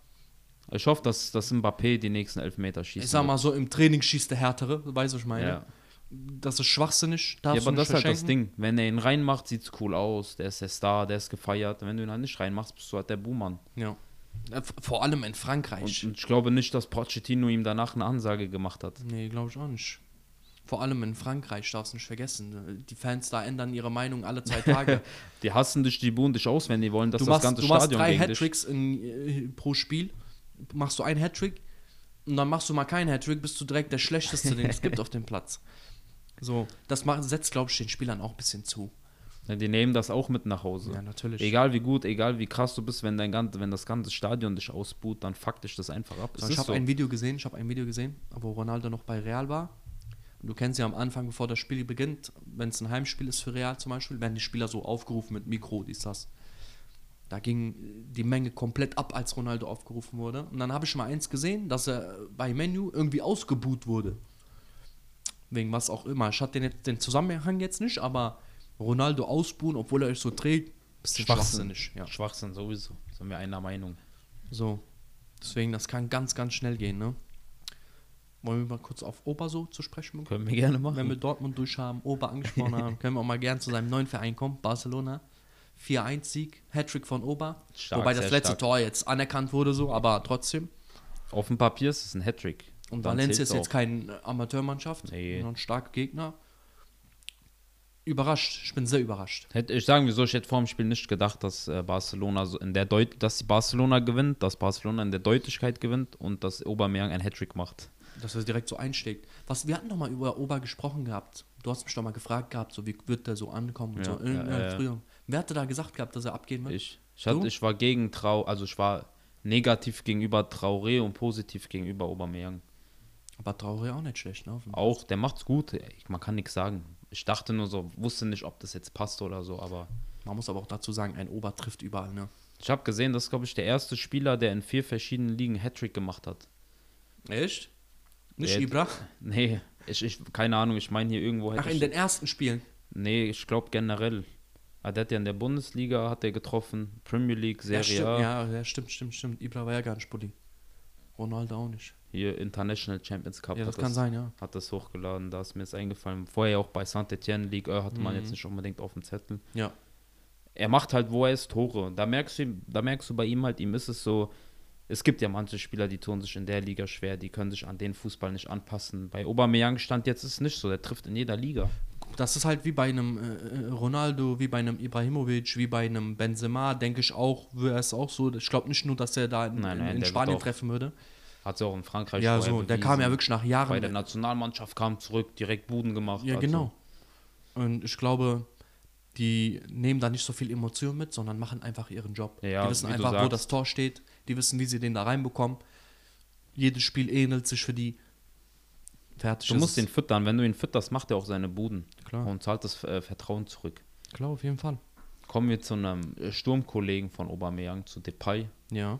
Speaker 1: Ich hoffe, dass, dass Mbappé die nächsten Elfmeter schießt.
Speaker 2: ich sag mal so, im Training schießt der Härtere, weißt du, was ich meine.
Speaker 1: Ja.
Speaker 2: Das ist schwachsinnig,
Speaker 1: Ja,
Speaker 2: darfst
Speaker 1: aber
Speaker 2: du
Speaker 1: das
Speaker 2: nicht
Speaker 1: ist halt das
Speaker 2: verschenken.
Speaker 1: Ding. Wenn er ihn reinmacht, sieht's cool aus. Der ist der Star, der ist gefeiert. Wenn du ihn halt nicht reinmachst, bist du halt der Buhmann.
Speaker 2: Ja. Äh, v- Vor allem in
Speaker 1: Und,
Speaker 2: Frankreich.
Speaker 1: und ich glaube nicht, dass Pochettino ihm danach eine Ansage gemacht hat.
Speaker 2: Nee, glaube ich auch nicht. Vor allem in Frankreich, darfst du nicht vergessen. Die Fans da ändern ihre Meinung alle zwei Tage.
Speaker 1: Die hassen dich, die buhen dich aus, wenn die wollen, dass
Speaker 2: du
Speaker 1: das
Speaker 2: machst,
Speaker 1: ganze
Speaker 2: du machst
Speaker 1: Stadion
Speaker 2: drei
Speaker 1: gegen dich.
Speaker 2: Hattricks in, äh, pro Spiel, machst du einen Hattrick und dann machst du mal keinen Hattrick, bist du direkt der schlechteste, den es gibt auf dem Platz. So, das macht, setzt, glaube ich, den Spielern auch ein bisschen zu.
Speaker 1: Ja, Die nehmen das auch mit nach Hause.
Speaker 2: Ja, natürlich.
Speaker 1: Egal wie gut, egal wie krass du bist, wenn, dein ganz, wenn das ganze Stadion dich ausbuht, dann fuck dich das einfach ab. Es
Speaker 2: So, ich
Speaker 1: ist
Speaker 2: habe
Speaker 1: so.
Speaker 2: ein Video gesehen, ich habe ein Video gesehen, wo Ronaldo noch bei Real war. Und du kennst ja am Anfang, bevor das Spiel beginnt, wenn es ein Heimspiel ist für Real zum Beispiel, werden die Spieler so aufgerufen mit Mikro, dies, das. Da ging die Menge komplett ab, als Ronaldo aufgerufen wurde. Und dann habe ich mal eins gesehen, dass er bei Menu irgendwie ausgebuht wurde. Wegen was auch immer. Ich hatte den, jetzt- den Zusammenhang jetzt nicht, aber Ronaldo ausbuhen, obwohl er euch so trägt, bisschen
Speaker 1: Schwachsinn.
Speaker 2: schwachsinnig. Ja.
Speaker 1: Schwachsinn sowieso. Sind wir einer Meinung.
Speaker 2: So. Deswegen, das kann ganz, ganz schnell gehen, ne? Wollen wir mal kurz auf Opa so zu sprechen bekommen?
Speaker 1: Können wir gerne
Speaker 2: Wenn wir
Speaker 1: machen.
Speaker 2: Dortmund durch haben, Opa angesprochen haben, können wir auch mal gern zu seinem neuen Verein kommen, Barcelona. 4-1-Sieg, Hattrick von Oba.
Speaker 1: Stark,
Speaker 2: Wobei das
Speaker 1: sehr
Speaker 2: letzte
Speaker 1: stark.
Speaker 2: Tor jetzt anerkannt wurde, so, aber trotzdem.
Speaker 1: Auf dem Papier ist es ein Hattrick.
Speaker 2: Und
Speaker 1: Dann
Speaker 2: Valencia
Speaker 1: zählt's
Speaker 2: ist jetzt
Speaker 1: auch.
Speaker 2: keine Amateurmannschaft,
Speaker 1: Nee.
Speaker 2: sondern ein starker Gegner. Überrascht, ich bin sehr überrascht.
Speaker 1: Hätte ich sagen wir so, ich hätte vor dem Spiel nicht gedacht, dass äh, Barcelona so in der Deut dass die Barcelona gewinnt, dass Barcelona in der Deutlichkeit gewinnt und dass Aubameyang ein Hattrick macht.
Speaker 2: dass er direkt so einschlägt. Was, wir hatten noch mal über Ober gesprochen gehabt. Du hast mich doch mal gefragt gehabt, so wie wird der so ankommen und
Speaker 1: Ja,
Speaker 2: so. Irgendeine
Speaker 1: ja, ja, ja.
Speaker 2: Frühjahr. Wer hatte da gesagt gehabt, dass er abgehen wird?
Speaker 1: Ich, ich, hatte,
Speaker 2: Du?
Speaker 1: ich war gegen Trau, also ich war negativ gegenüber Traoré und positiv gegenüber Aubameyang.
Speaker 2: Aber Traoré auch nicht schlecht, ne? Auf dem-
Speaker 1: Auch, der macht's gut, ich, man kann nichts sagen. Ich dachte nur so, wusste nicht, ob das jetzt passt oder so, aber
Speaker 2: Man muss aber auch dazu sagen, ein Ober trifft überall, ne?
Speaker 1: Ich habe gesehen, das ist, glaube ich, der erste Spieler, der in vier verschiedenen Ligen Hattrick gemacht hat.
Speaker 2: Echt? Nicht
Speaker 1: Ja,
Speaker 2: Ibra?
Speaker 1: Nee, ich, ich keine Ahnung, ich meine hier irgendwo hätte
Speaker 2: Ach, in
Speaker 1: ich,
Speaker 2: den ersten Spielen.
Speaker 1: Nee, ich glaube generell. Ah, der hat ja in der Bundesliga hat er getroffen, Premier League,
Speaker 2: Ja,
Speaker 1: Serie
Speaker 2: stimmt,
Speaker 1: A,
Speaker 2: ja, ja, stimmt, stimmt, stimmt. Ibra war ja gar nicht Bulli. Ronaldo auch nicht.
Speaker 1: hier International Champions Cup
Speaker 2: Ja,
Speaker 1: hat,
Speaker 2: das kann sein, ja.
Speaker 1: hat das hochgeladen, da ist mir jetzt eingefallen. Vorher auch bei Saint-Etienne League äh, hatte man
Speaker 2: Mhm.
Speaker 1: jetzt nicht unbedingt auf dem Zettel.
Speaker 2: Ja.
Speaker 1: er macht halt, wo er ist, Tore. Da merkst du, da merkst du bei ihm halt, ihm ist es so, es gibt ja manche Spieler, die tun sich in der Liga schwer, die können sich an den Fußball nicht anpassen. Bei Aubameyang stand jetzt ist es nicht so, der trifft in jeder Liga.
Speaker 2: Das ist halt wie bei einem äh, äh, Ronaldo, wie bei einem Ibrahimovic, wie bei einem Benzema, denke ich auch, wäre es auch so. Ich glaube nicht nur, dass er da in,
Speaker 1: Nein, nein,
Speaker 2: in,
Speaker 1: der
Speaker 2: in
Speaker 1: wird
Speaker 2: Spanien
Speaker 1: auch
Speaker 2: treffen würde.
Speaker 1: Hat ja auch in Frankreich
Speaker 2: ja,
Speaker 1: vorher
Speaker 2: so. Der
Speaker 1: bewiesen.
Speaker 2: kam ja wirklich nach Jahren.
Speaker 1: Bei der Nationalmannschaft kam zurück, direkt Buden gemacht.
Speaker 2: ja,
Speaker 1: also-
Speaker 2: genau. Und ich glaube, die nehmen da nicht so viel Emotion mit, sondern machen einfach ihren Job.
Speaker 1: Ja,
Speaker 2: die wissen
Speaker 1: wie du
Speaker 2: einfach, wo
Speaker 1: sagst.
Speaker 2: das Tor steht. Die wissen, wie sie den da reinbekommen. Jedes Spiel ähnelt sich für die. Fertig
Speaker 1: Du
Speaker 2: ist
Speaker 1: musst
Speaker 2: es.
Speaker 1: ihn füttern. Wenn du ihn fütterst, macht er auch seine Buden
Speaker 2: Klar.
Speaker 1: und zahlt das äh, Vertrauen zurück.
Speaker 2: Klar, auf jeden Fall.
Speaker 1: Kommen wir zu einem äh, Sturmkollegen von Aubameyang, zu Depay.
Speaker 2: Ja.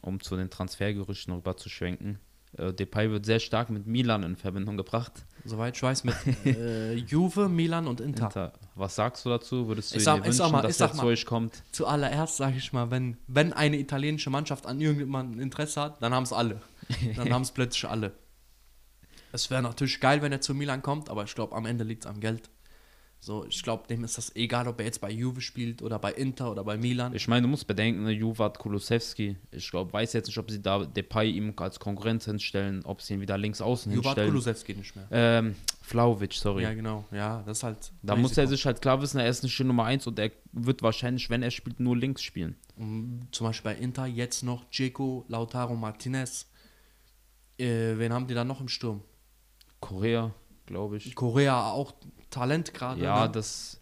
Speaker 1: um zu den Transfergerüchten rüber zu schwenken. Äh, Depay wird sehr stark mit Milan in Verbindung gebracht.
Speaker 2: Soweit ich weiß, mit äh, Juve, Milan und Inter.
Speaker 1: Inter, was sagst du dazu? Würdest du
Speaker 2: Ich
Speaker 1: dir
Speaker 2: sag- ich
Speaker 1: wünschen,
Speaker 2: sag mal, ich
Speaker 1: dass
Speaker 2: sag
Speaker 1: er
Speaker 2: mal.
Speaker 1: zu euch kommt?
Speaker 2: Zuallererst sage ich mal, wenn, wenn eine italienische Mannschaft an irgendjemandem Interesse hat, dann haben es alle. Dann haben es plötzlich alle. Es wäre natürlich geil, wenn er zu Milan kommt, aber ich glaube, am Ende liegt es am Geld. So, ich glaube, dem ist das egal, ob er jetzt bei Juve spielt oder bei Inter oder bei Milan.
Speaker 1: Ich meine, du musst bedenken, ne, Juve hat Kulusewski. Ich glaube, weiß jetzt nicht, ob sie da Depay ihm als Konkurrenz hinstellen, ob sie ihn wieder links außen
Speaker 2: Juve hat
Speaker 1: hinstellen.
Speaker 2: Kulusewski nicht mehr.
Speaker 1: Ähm, Flauwitsch, sorry.
Speaker 2: Ja, genau. Ja, das ist halt.
Speaker 1: da muss er sich halt klar wissen, er ist nicht die Nummer 1 und er wird wahrscheinlich, wenn er spielt, nur links spielen.
Speaker 2: Mm, Zum Beispiel bei Inter jetzt noch Dzeko, Lautaro Martinez. Äh, wen haben die da noch im Sturm?
Speaker 1: Korea, glaube ich.
Speaker 2: Korea auch Talent gerade.
Speaker 1: Ja,
Speaker 2: ne?
Speaker 1: das.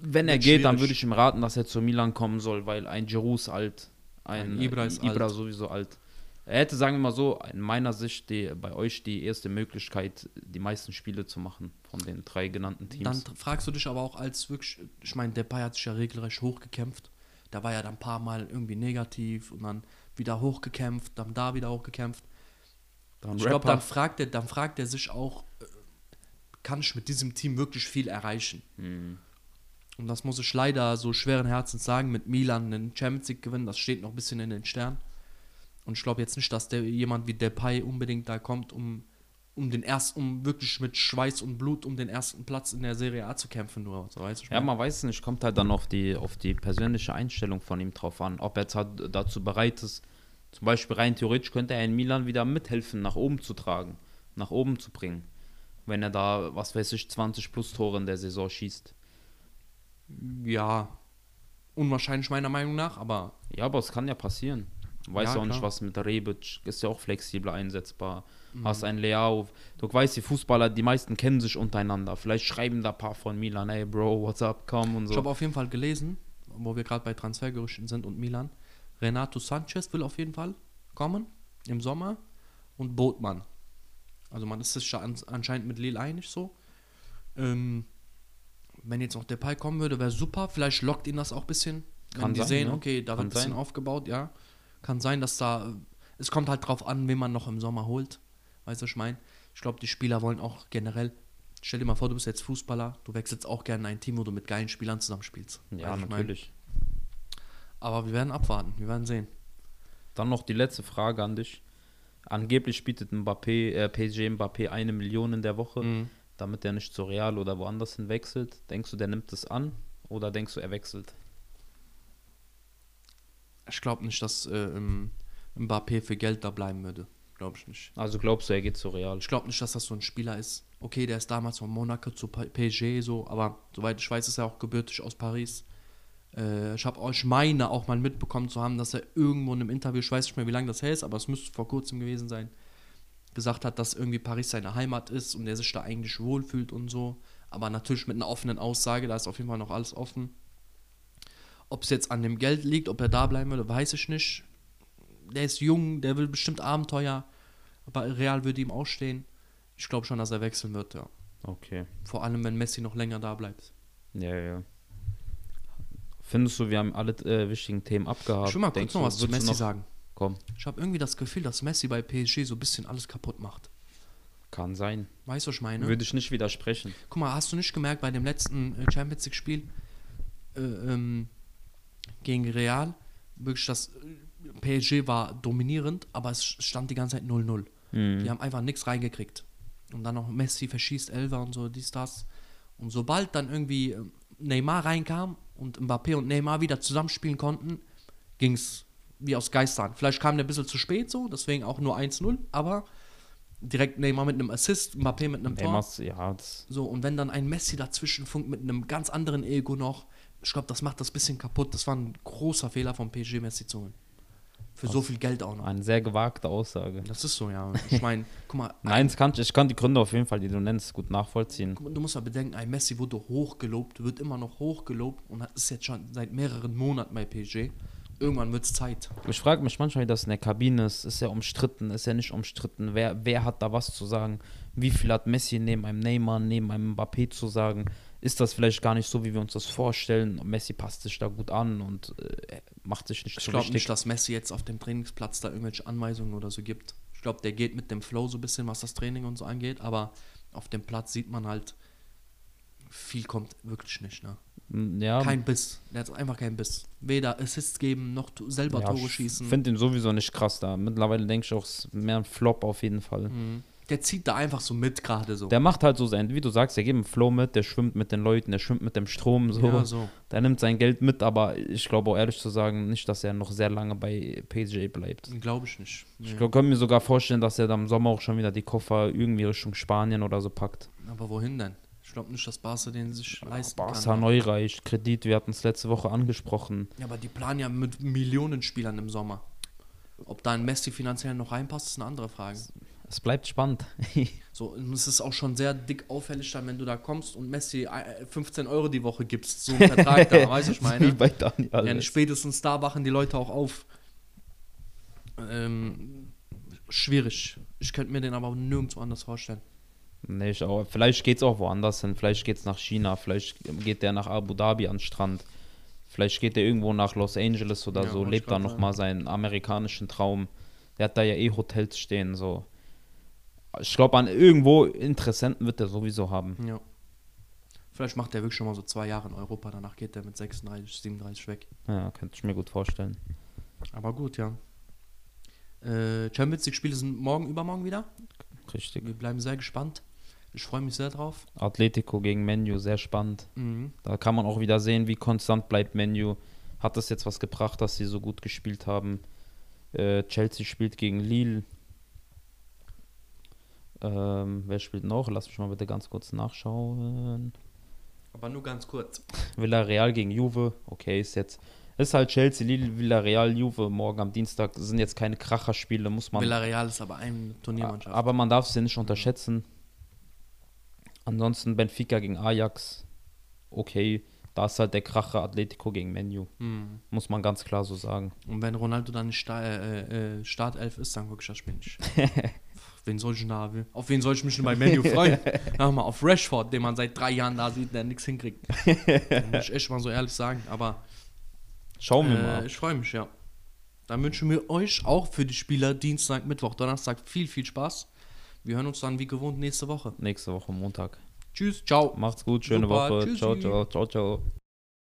Speaker 1: Wenn er
Speaker 2: Wird
Speaker 1: geht, dann
Speaker 2: schwierig.
Speaker 1: würde ich ihm raten, dass er zu Milan kommen soll, weil ein Giroud ist alt, ein,
Speaker 2: Ein Ibra
Speaker 1: äh,
Speaker 2: ist
Speaker 1: Ibra
Speaker 2: alt.
Speaker 1: sowieso alt. Er hätte, sagen wir mal so, in meiner Sicht die, bei euch die erste Möglichkeit, die meisten Spiele zu machen von den drei genannten Teams.
Speaker 2: Dann fragst du dich aber auch als wirklich, ich meine, Depay hat sich ja regelrecht hochgekämpft. Da war ja dann ein paar Mal irgendwie negativ und dann wieder hochgekämpft, dann da wieder hochgekämpft.
Speaker 1: Dann,
Speaker 2: Ich glaube, dann fragt er, dann fragt er sich auch, äh, kann ich mit diesem Team wirklich viel erreichen? Und das muss ich leider so schweren Herzens sagen, mit Milan den Champions League gewinnen, das steht noch ein bisschen in den Sternen. Und ich glaube jetzt nicht, dass der jemand wie Depay unbedingt da kommt, um, um den ersten, um wirklich mit Schweiß und Blut um den ersten Platz in der Serie A zu kämpfen, nur so weißt du. ich
Speaker 1: Ja,
Speaker 2: mein?
Speaker 1: man weiß es nicht, kommt halt dann auf die, auf die persönliche Einstellung von ihm drauf an, ob er jetzt halt dazu bereit ist. Zum Beispiel rein theoretisch könnte er in Milan wieder mithelfen, nach oben zu tragen, nach oben zu bringen. Wenn er da, was weiß ich, 20 plus Tore in der Saison schießt.
Speaker 2: ja. Unwahrscheinlich meiner Meinung nach, aber
Speaker 1: Ja, aber es kann ja passieren. Du weißt
Speaker 2: Ja,
Speaker 1: auch nicht,
Speaker 2: klar.
Speaker 1: was mit Rebic ist ja auch flexibel einsetzbar.
Speaker 2: Mhm.
Speaker 1: Hast einen Leao. Du weißt, die Fußballer, die meisten kennen sich untereinander. Vielleicht schreiben da ein paar von Milan, hey Bro, what's up, komm und so.
Speaker 2: Ich habe auf jeden Fall gelesen, wo wir gerade bei Transfergerüchten sind und Milan. Renato Sanchez will auf jeden Fall kommen im Sommer und Botmann. Also man ist sich ja ans- anscheinend mit Lille einig so. Ähm, wenn jetzt noch Depay kommen würde, wäre super. Vielleicht lockt ihn das auch ein bisschen. Wenn
Speaker 1: Kann
Speaker 2: die
Speaker 1: sein,
Speaker 2: sehen,
Speaker 1: ne?
Speaker 2: okay, da
Speaker 1: Kann
Speaker 2: wird ein bisschen
Speaker 1: sein.
Speaker 2: aufgebaut, ja. Kann sein, dass da. äh, Es kommt halt drauf an, wen man noch im Sommer holt. Weißt du, was ich meine? Ich glaube, die Spieler wollen auch generell. Stell dir mal vor, du bist jetzt Fußballer, du wechselst auch gerne in ein Team, wo du mit geilen Spielern zusammenspielst.
Speaker 1: ja,
Speaker 2: Weißt du, was ich mein?
Speaker 1: natürlich.
Speaker 2: Aber wir werden abwarten, wir werden sehen.
Speaker 1: Dann noch die letzte Frage an dich. Angeblich bietet Mbappé, äh, PSG Mbappé eine Million in der Woche,
Speaker 2: Mhm.
Speaker 1: damit er nicht zu Real oder woanders hin wechselt. Denkst du, der nimmt es an oder denkst du, er wechselt?
Speaker 2: Ich glaube nicht, dass äh, ähm, Mbappé für Geld da bleiben würde. Glaube ich nicht.
Speaker 1: Also glaubst du, er geht zu Real?
Speaker 2: Ich glaube nicht, dass das so ein Spieler ist. Okay, der ist damals von Monaco zu Pa- PSG so, aber soweit ich weiß, ist er auch gebürtig aus Paris. Äh, ich habe euch meine auch mal mitbekommen zu haben, dass er irgendwo in einem Interview, ich weiß nicht mehr, wie lange das her ist, aber es müsste vor kurzem gewesen sein, gesagt hat, dass irgendwie Paris seine Heimat ist und er sich da eigentlich wohlfühlt und so. Aber natürlich mit einer offenen Aussage, da ist auf jeden Fall noch alles offen. Ob es jetzt an dem Geld liegt, ob er da bleiben würde, weiß ich nicht. Der ist jung, der will bestimmt Abenteuer. Aber Real würde ihm ausstehen. Ich glaube schon, dass er wechseln wird, ja.
Speaker 1: Okay.
Speaker 2: Vor allem, wenn Messi noch länger da bleibt.
Speaker 1: Ja, ja. Findest du, wir haben alle äh, wichtigen Themen abgehakt?
Speaker 2: Ich will mal kurz
Speaker 1: Denkst
Speaker 2: noch
Speaker 1: du,
Speaker 2: was zu
Speaker 1: würdest du
Speaker 2: Messi sagen.
Speaker 1: Komm,
Speaker 2: Ich habe irgendwie das Gefühl, dass Messi bei PSG so ein bisschen alles kaputt macht.
Speaker 1: kann sein.
Speaker 2: Weißt du, was ich meine?
Speaker 1: Würde ich nicht widersprechen.
Speaker 2: Guck mal, hast du nicht gemerkt bei dem letzten äh, Champions League Spiel äh, ähm, gegen Real? Wirklich, das äh, PSG war dominierend, aber es stand die ganze Zeit 0-0. Die haben einfach nichts reingekriegt. Und dann noch Messi verschießt Elfer und so, dies, das. Und sobald dann irgendwie äh, Neymar reinkam und Mbappé und Neymar wieder zusammenspielen konnten, ging es wie aus Geistern. Vielleicht kam der ein bisschen zu spät so, deswegen auch nur 1-0, aber direkt Neymar mit einem Assist, Mbappé mit einem Tor.
Speaker 1: Neymar, ja, das,
Speaker 2: So, und wenn dann ein Messi dazwischen funkt mit einem ganz anderen Ego noch, ich glaube, das macht das bisschen kaputt. Das war ein großer Fehler vom PSG Messi zu holen. Für so viel Geld auch noch.
Speaker 1: eine sehr gewagte Aussage.
Speaker 2: Das ist so, ja. Ich meine, guck mal,
Speaker 1: Nein, das kann, ich kann die Gründe auf jeden Fall, die du nennst, gut nachvollziehen.
Speaker 2: guck mal, du musst ja bedenken, ein Messi wurde hochgelobt, wird immer noch hochgelobt und hat- ist jetzt schon seit mehreren Monaten bei PSG. Irgendwann wird es Zeit.
Speaker 1: Ich frage mich manchmal, wie das in der Kabine ist. Ist er umstritten? Ist er nicht umstritten? Wer, wer hat da was zu sagen? Wie viel hat Messi neben einem Neymar, neben einem Mbappé zu sagen? Ist das vielleicht gar nicht so, wie wir uns das vorstellen? Messi passt sich da gut an und äh, macht sich nicht
Speaker 2: Ich
Speaker 1: so
Speaker 2: glaube
Speaker 1: richtig.
Speaker 2: nicht, dass Messi jetzt auf dem Trainingsplatz da irgendwelche Anweisungen oder so gibt. Ich glaube, der geht mit dem Flow so ein bisschen, was das Training und so angeht, aber auf dem Platz sieht man halt, viel kommt wirklich nicht, ne?
Speaker 1: Mm, ja,
Speaker 2: Kein Biss. Der hat einfach keinen Biss. Weder Assists geben, noch tu- selber
Speaker 1: ja,
Speaker 2: Tore
Speaker 1: ich
Speaker 2: schießen.
Speaker 1: finde ihn sowieso nicht krass da. Mittlerweile denke ich auch, es ist mehr ein Flop auf jeden Fall.
Speaker 2: Mhm. Der zieht da einfach so mit gerade so.
Speaker 1: Der macht halt so sein, wie du sagst, der geht im Flow mit, der schwimmt mit den Leuten, der schwimmt mit dem Strom, so.
Speaker 2: Ja, so.
Speaker 1: Der nimmt sein Geld mit, aber ich glaube auch ehrlich zu sagen nicht, dass er noch sehr lange bei PSG bleibt.
Speaker 2: Glaube ich nicht. Nee.
Speaker 1: Ich glaub, kann mir sogar vorstellen, dass er dann im Sommer auch schon wieder die Koffer irgendwie Richtung Spanien oder so packt.
Speaker 2: Aber wohin denn? Ich glaube nicht, dass Barca den sich leisten
Speaker 1: Barca
Speaker 2: kann. ne?
Speaker 1: Neureich, Kredit, wir hatten es letzte Woche angesprochen.
Speaker 2: Ja, aber die planen ja mit Millionen Spielern im Sommer. Ob da ein Messi finanziell noch reinpasst, ist eine andere Frage.
Speaker 1: Es bleibt spannend.
Speaker 2: So, und es ist auch schon sehr dick auffällig dann, wenn du da kommst und Messi äh, 15 Euro die Woche gibst. So einen Vertrag da, weißt du, ich meine?
Speaker 1: Wie bei Daniel.
Speaker 2: Ja,
Speaker 1: Alves.
Speaker 2: spätestens da wachen die Leute auch auf. Ähm, schwierig. Ich könnte mir den aber nirgendwo anders vorstellen.
Speaker 1: Nee, ich auch. Vielleicht geht's auch woanders hin. Vielleicht geht's nach China. Vielleicht geht der nach Abu Dhabi an den Strand. Vielleicht geht er irgendwo nach Los Angeles oder
Speaker 2: Ja,
Speaker 1: so.
Speaker 2: wollte ich
Speaker 1: Lebt da
Speaker 2: grad
Speaker 1: noch
Speaker 2: sagen.
Speaker 1: mal seinen amerikanischen Traum. Der hat da ja eh Hotels stehen so. Ich glaube, an irgendwo Interessenten wird er sowieso haben.
Speaker 2: Ja. Vielleicht macht der wirklich schon mal so zwei Jahre in Europa, danach geht der mit 36, 37 weg.
Speaker 1: Ja, könnte ich mir gut vorstellen.
Speaker 2: Aber gut, ja. Äh, Champions League-Spiele sind morgen, übermorgen wieder.
Speaker 1: Richtig.
Speaker 2: Wir bleiben sehr gespannt. Ich freue mich sehr drauf.
Speaker 1: Atletico gegen Menu, sehr spannend.
Speaker 2: Mhm.
Speaker 1: Da kann man auch wieder sehen, wie konstant bleibt Menu. Hat das jetzt was gebracht, dass sie so gut gespielt haben? Äh, Chelsea spielt gegen Lille. Ähm, wer spielt noch? Lass mich mal bitte ganz kurz nachschauen.
Speaker 2: Aber nur ganz kurz.
Speaker 1: Villarreal gegen Juve. Okay, ist jetzt. Ist halt Chelsea, Lille, Villarreal, Juve. Morgen am Dienstag sind jetzt keine Kracherspiele, muss man.
Speaker 2: Villarreal ist aber eine Turniermannschaft.
Speaker 1: aber man darf sie nicht unterschätzen. Ansonsten Benfica gegen Ajax. Okay, da ist halt der Kracher Atletico gegen Menu.
Speaker 2: Mhm.
Speaker 1: Muss man ganz klar so sagen.
Speaker 2: Und wenn Ronaldo dann nicht Sta äh, äh, Startelf ist, dann gucke ich das Spiel nicht. wen soll ich denn da, auf wen soll ich mich denn bei Menu freuen? Sag mal, auf Rashford, den man seit drei Jahren da sieht, der nichts hinkriegt. muss ich echt mal so ehrlich sagen. Aber
Speaker 1: Schauen wir
Speaker 2: äh,
Speaker 1: mal.
Speaker 2: ich freue mich, ja. Dann wünschen wir euch auch für die Spieler Dienstag, Mittwoch, Donnerstag viel, viel Spaß. Wir hören uns dann wie gewohnt nächste Woche.
Speaker 1: Nächste Woche Montag.
Speaker 2: Tschüss, ciao.
Speaker 1: Macht's gut, schöne
Speaker 2: Super,
Speaker 1: Woche. Ciao,
Speaker 2: tschüssi.
Speaker 1: ciao, ciao, ciao.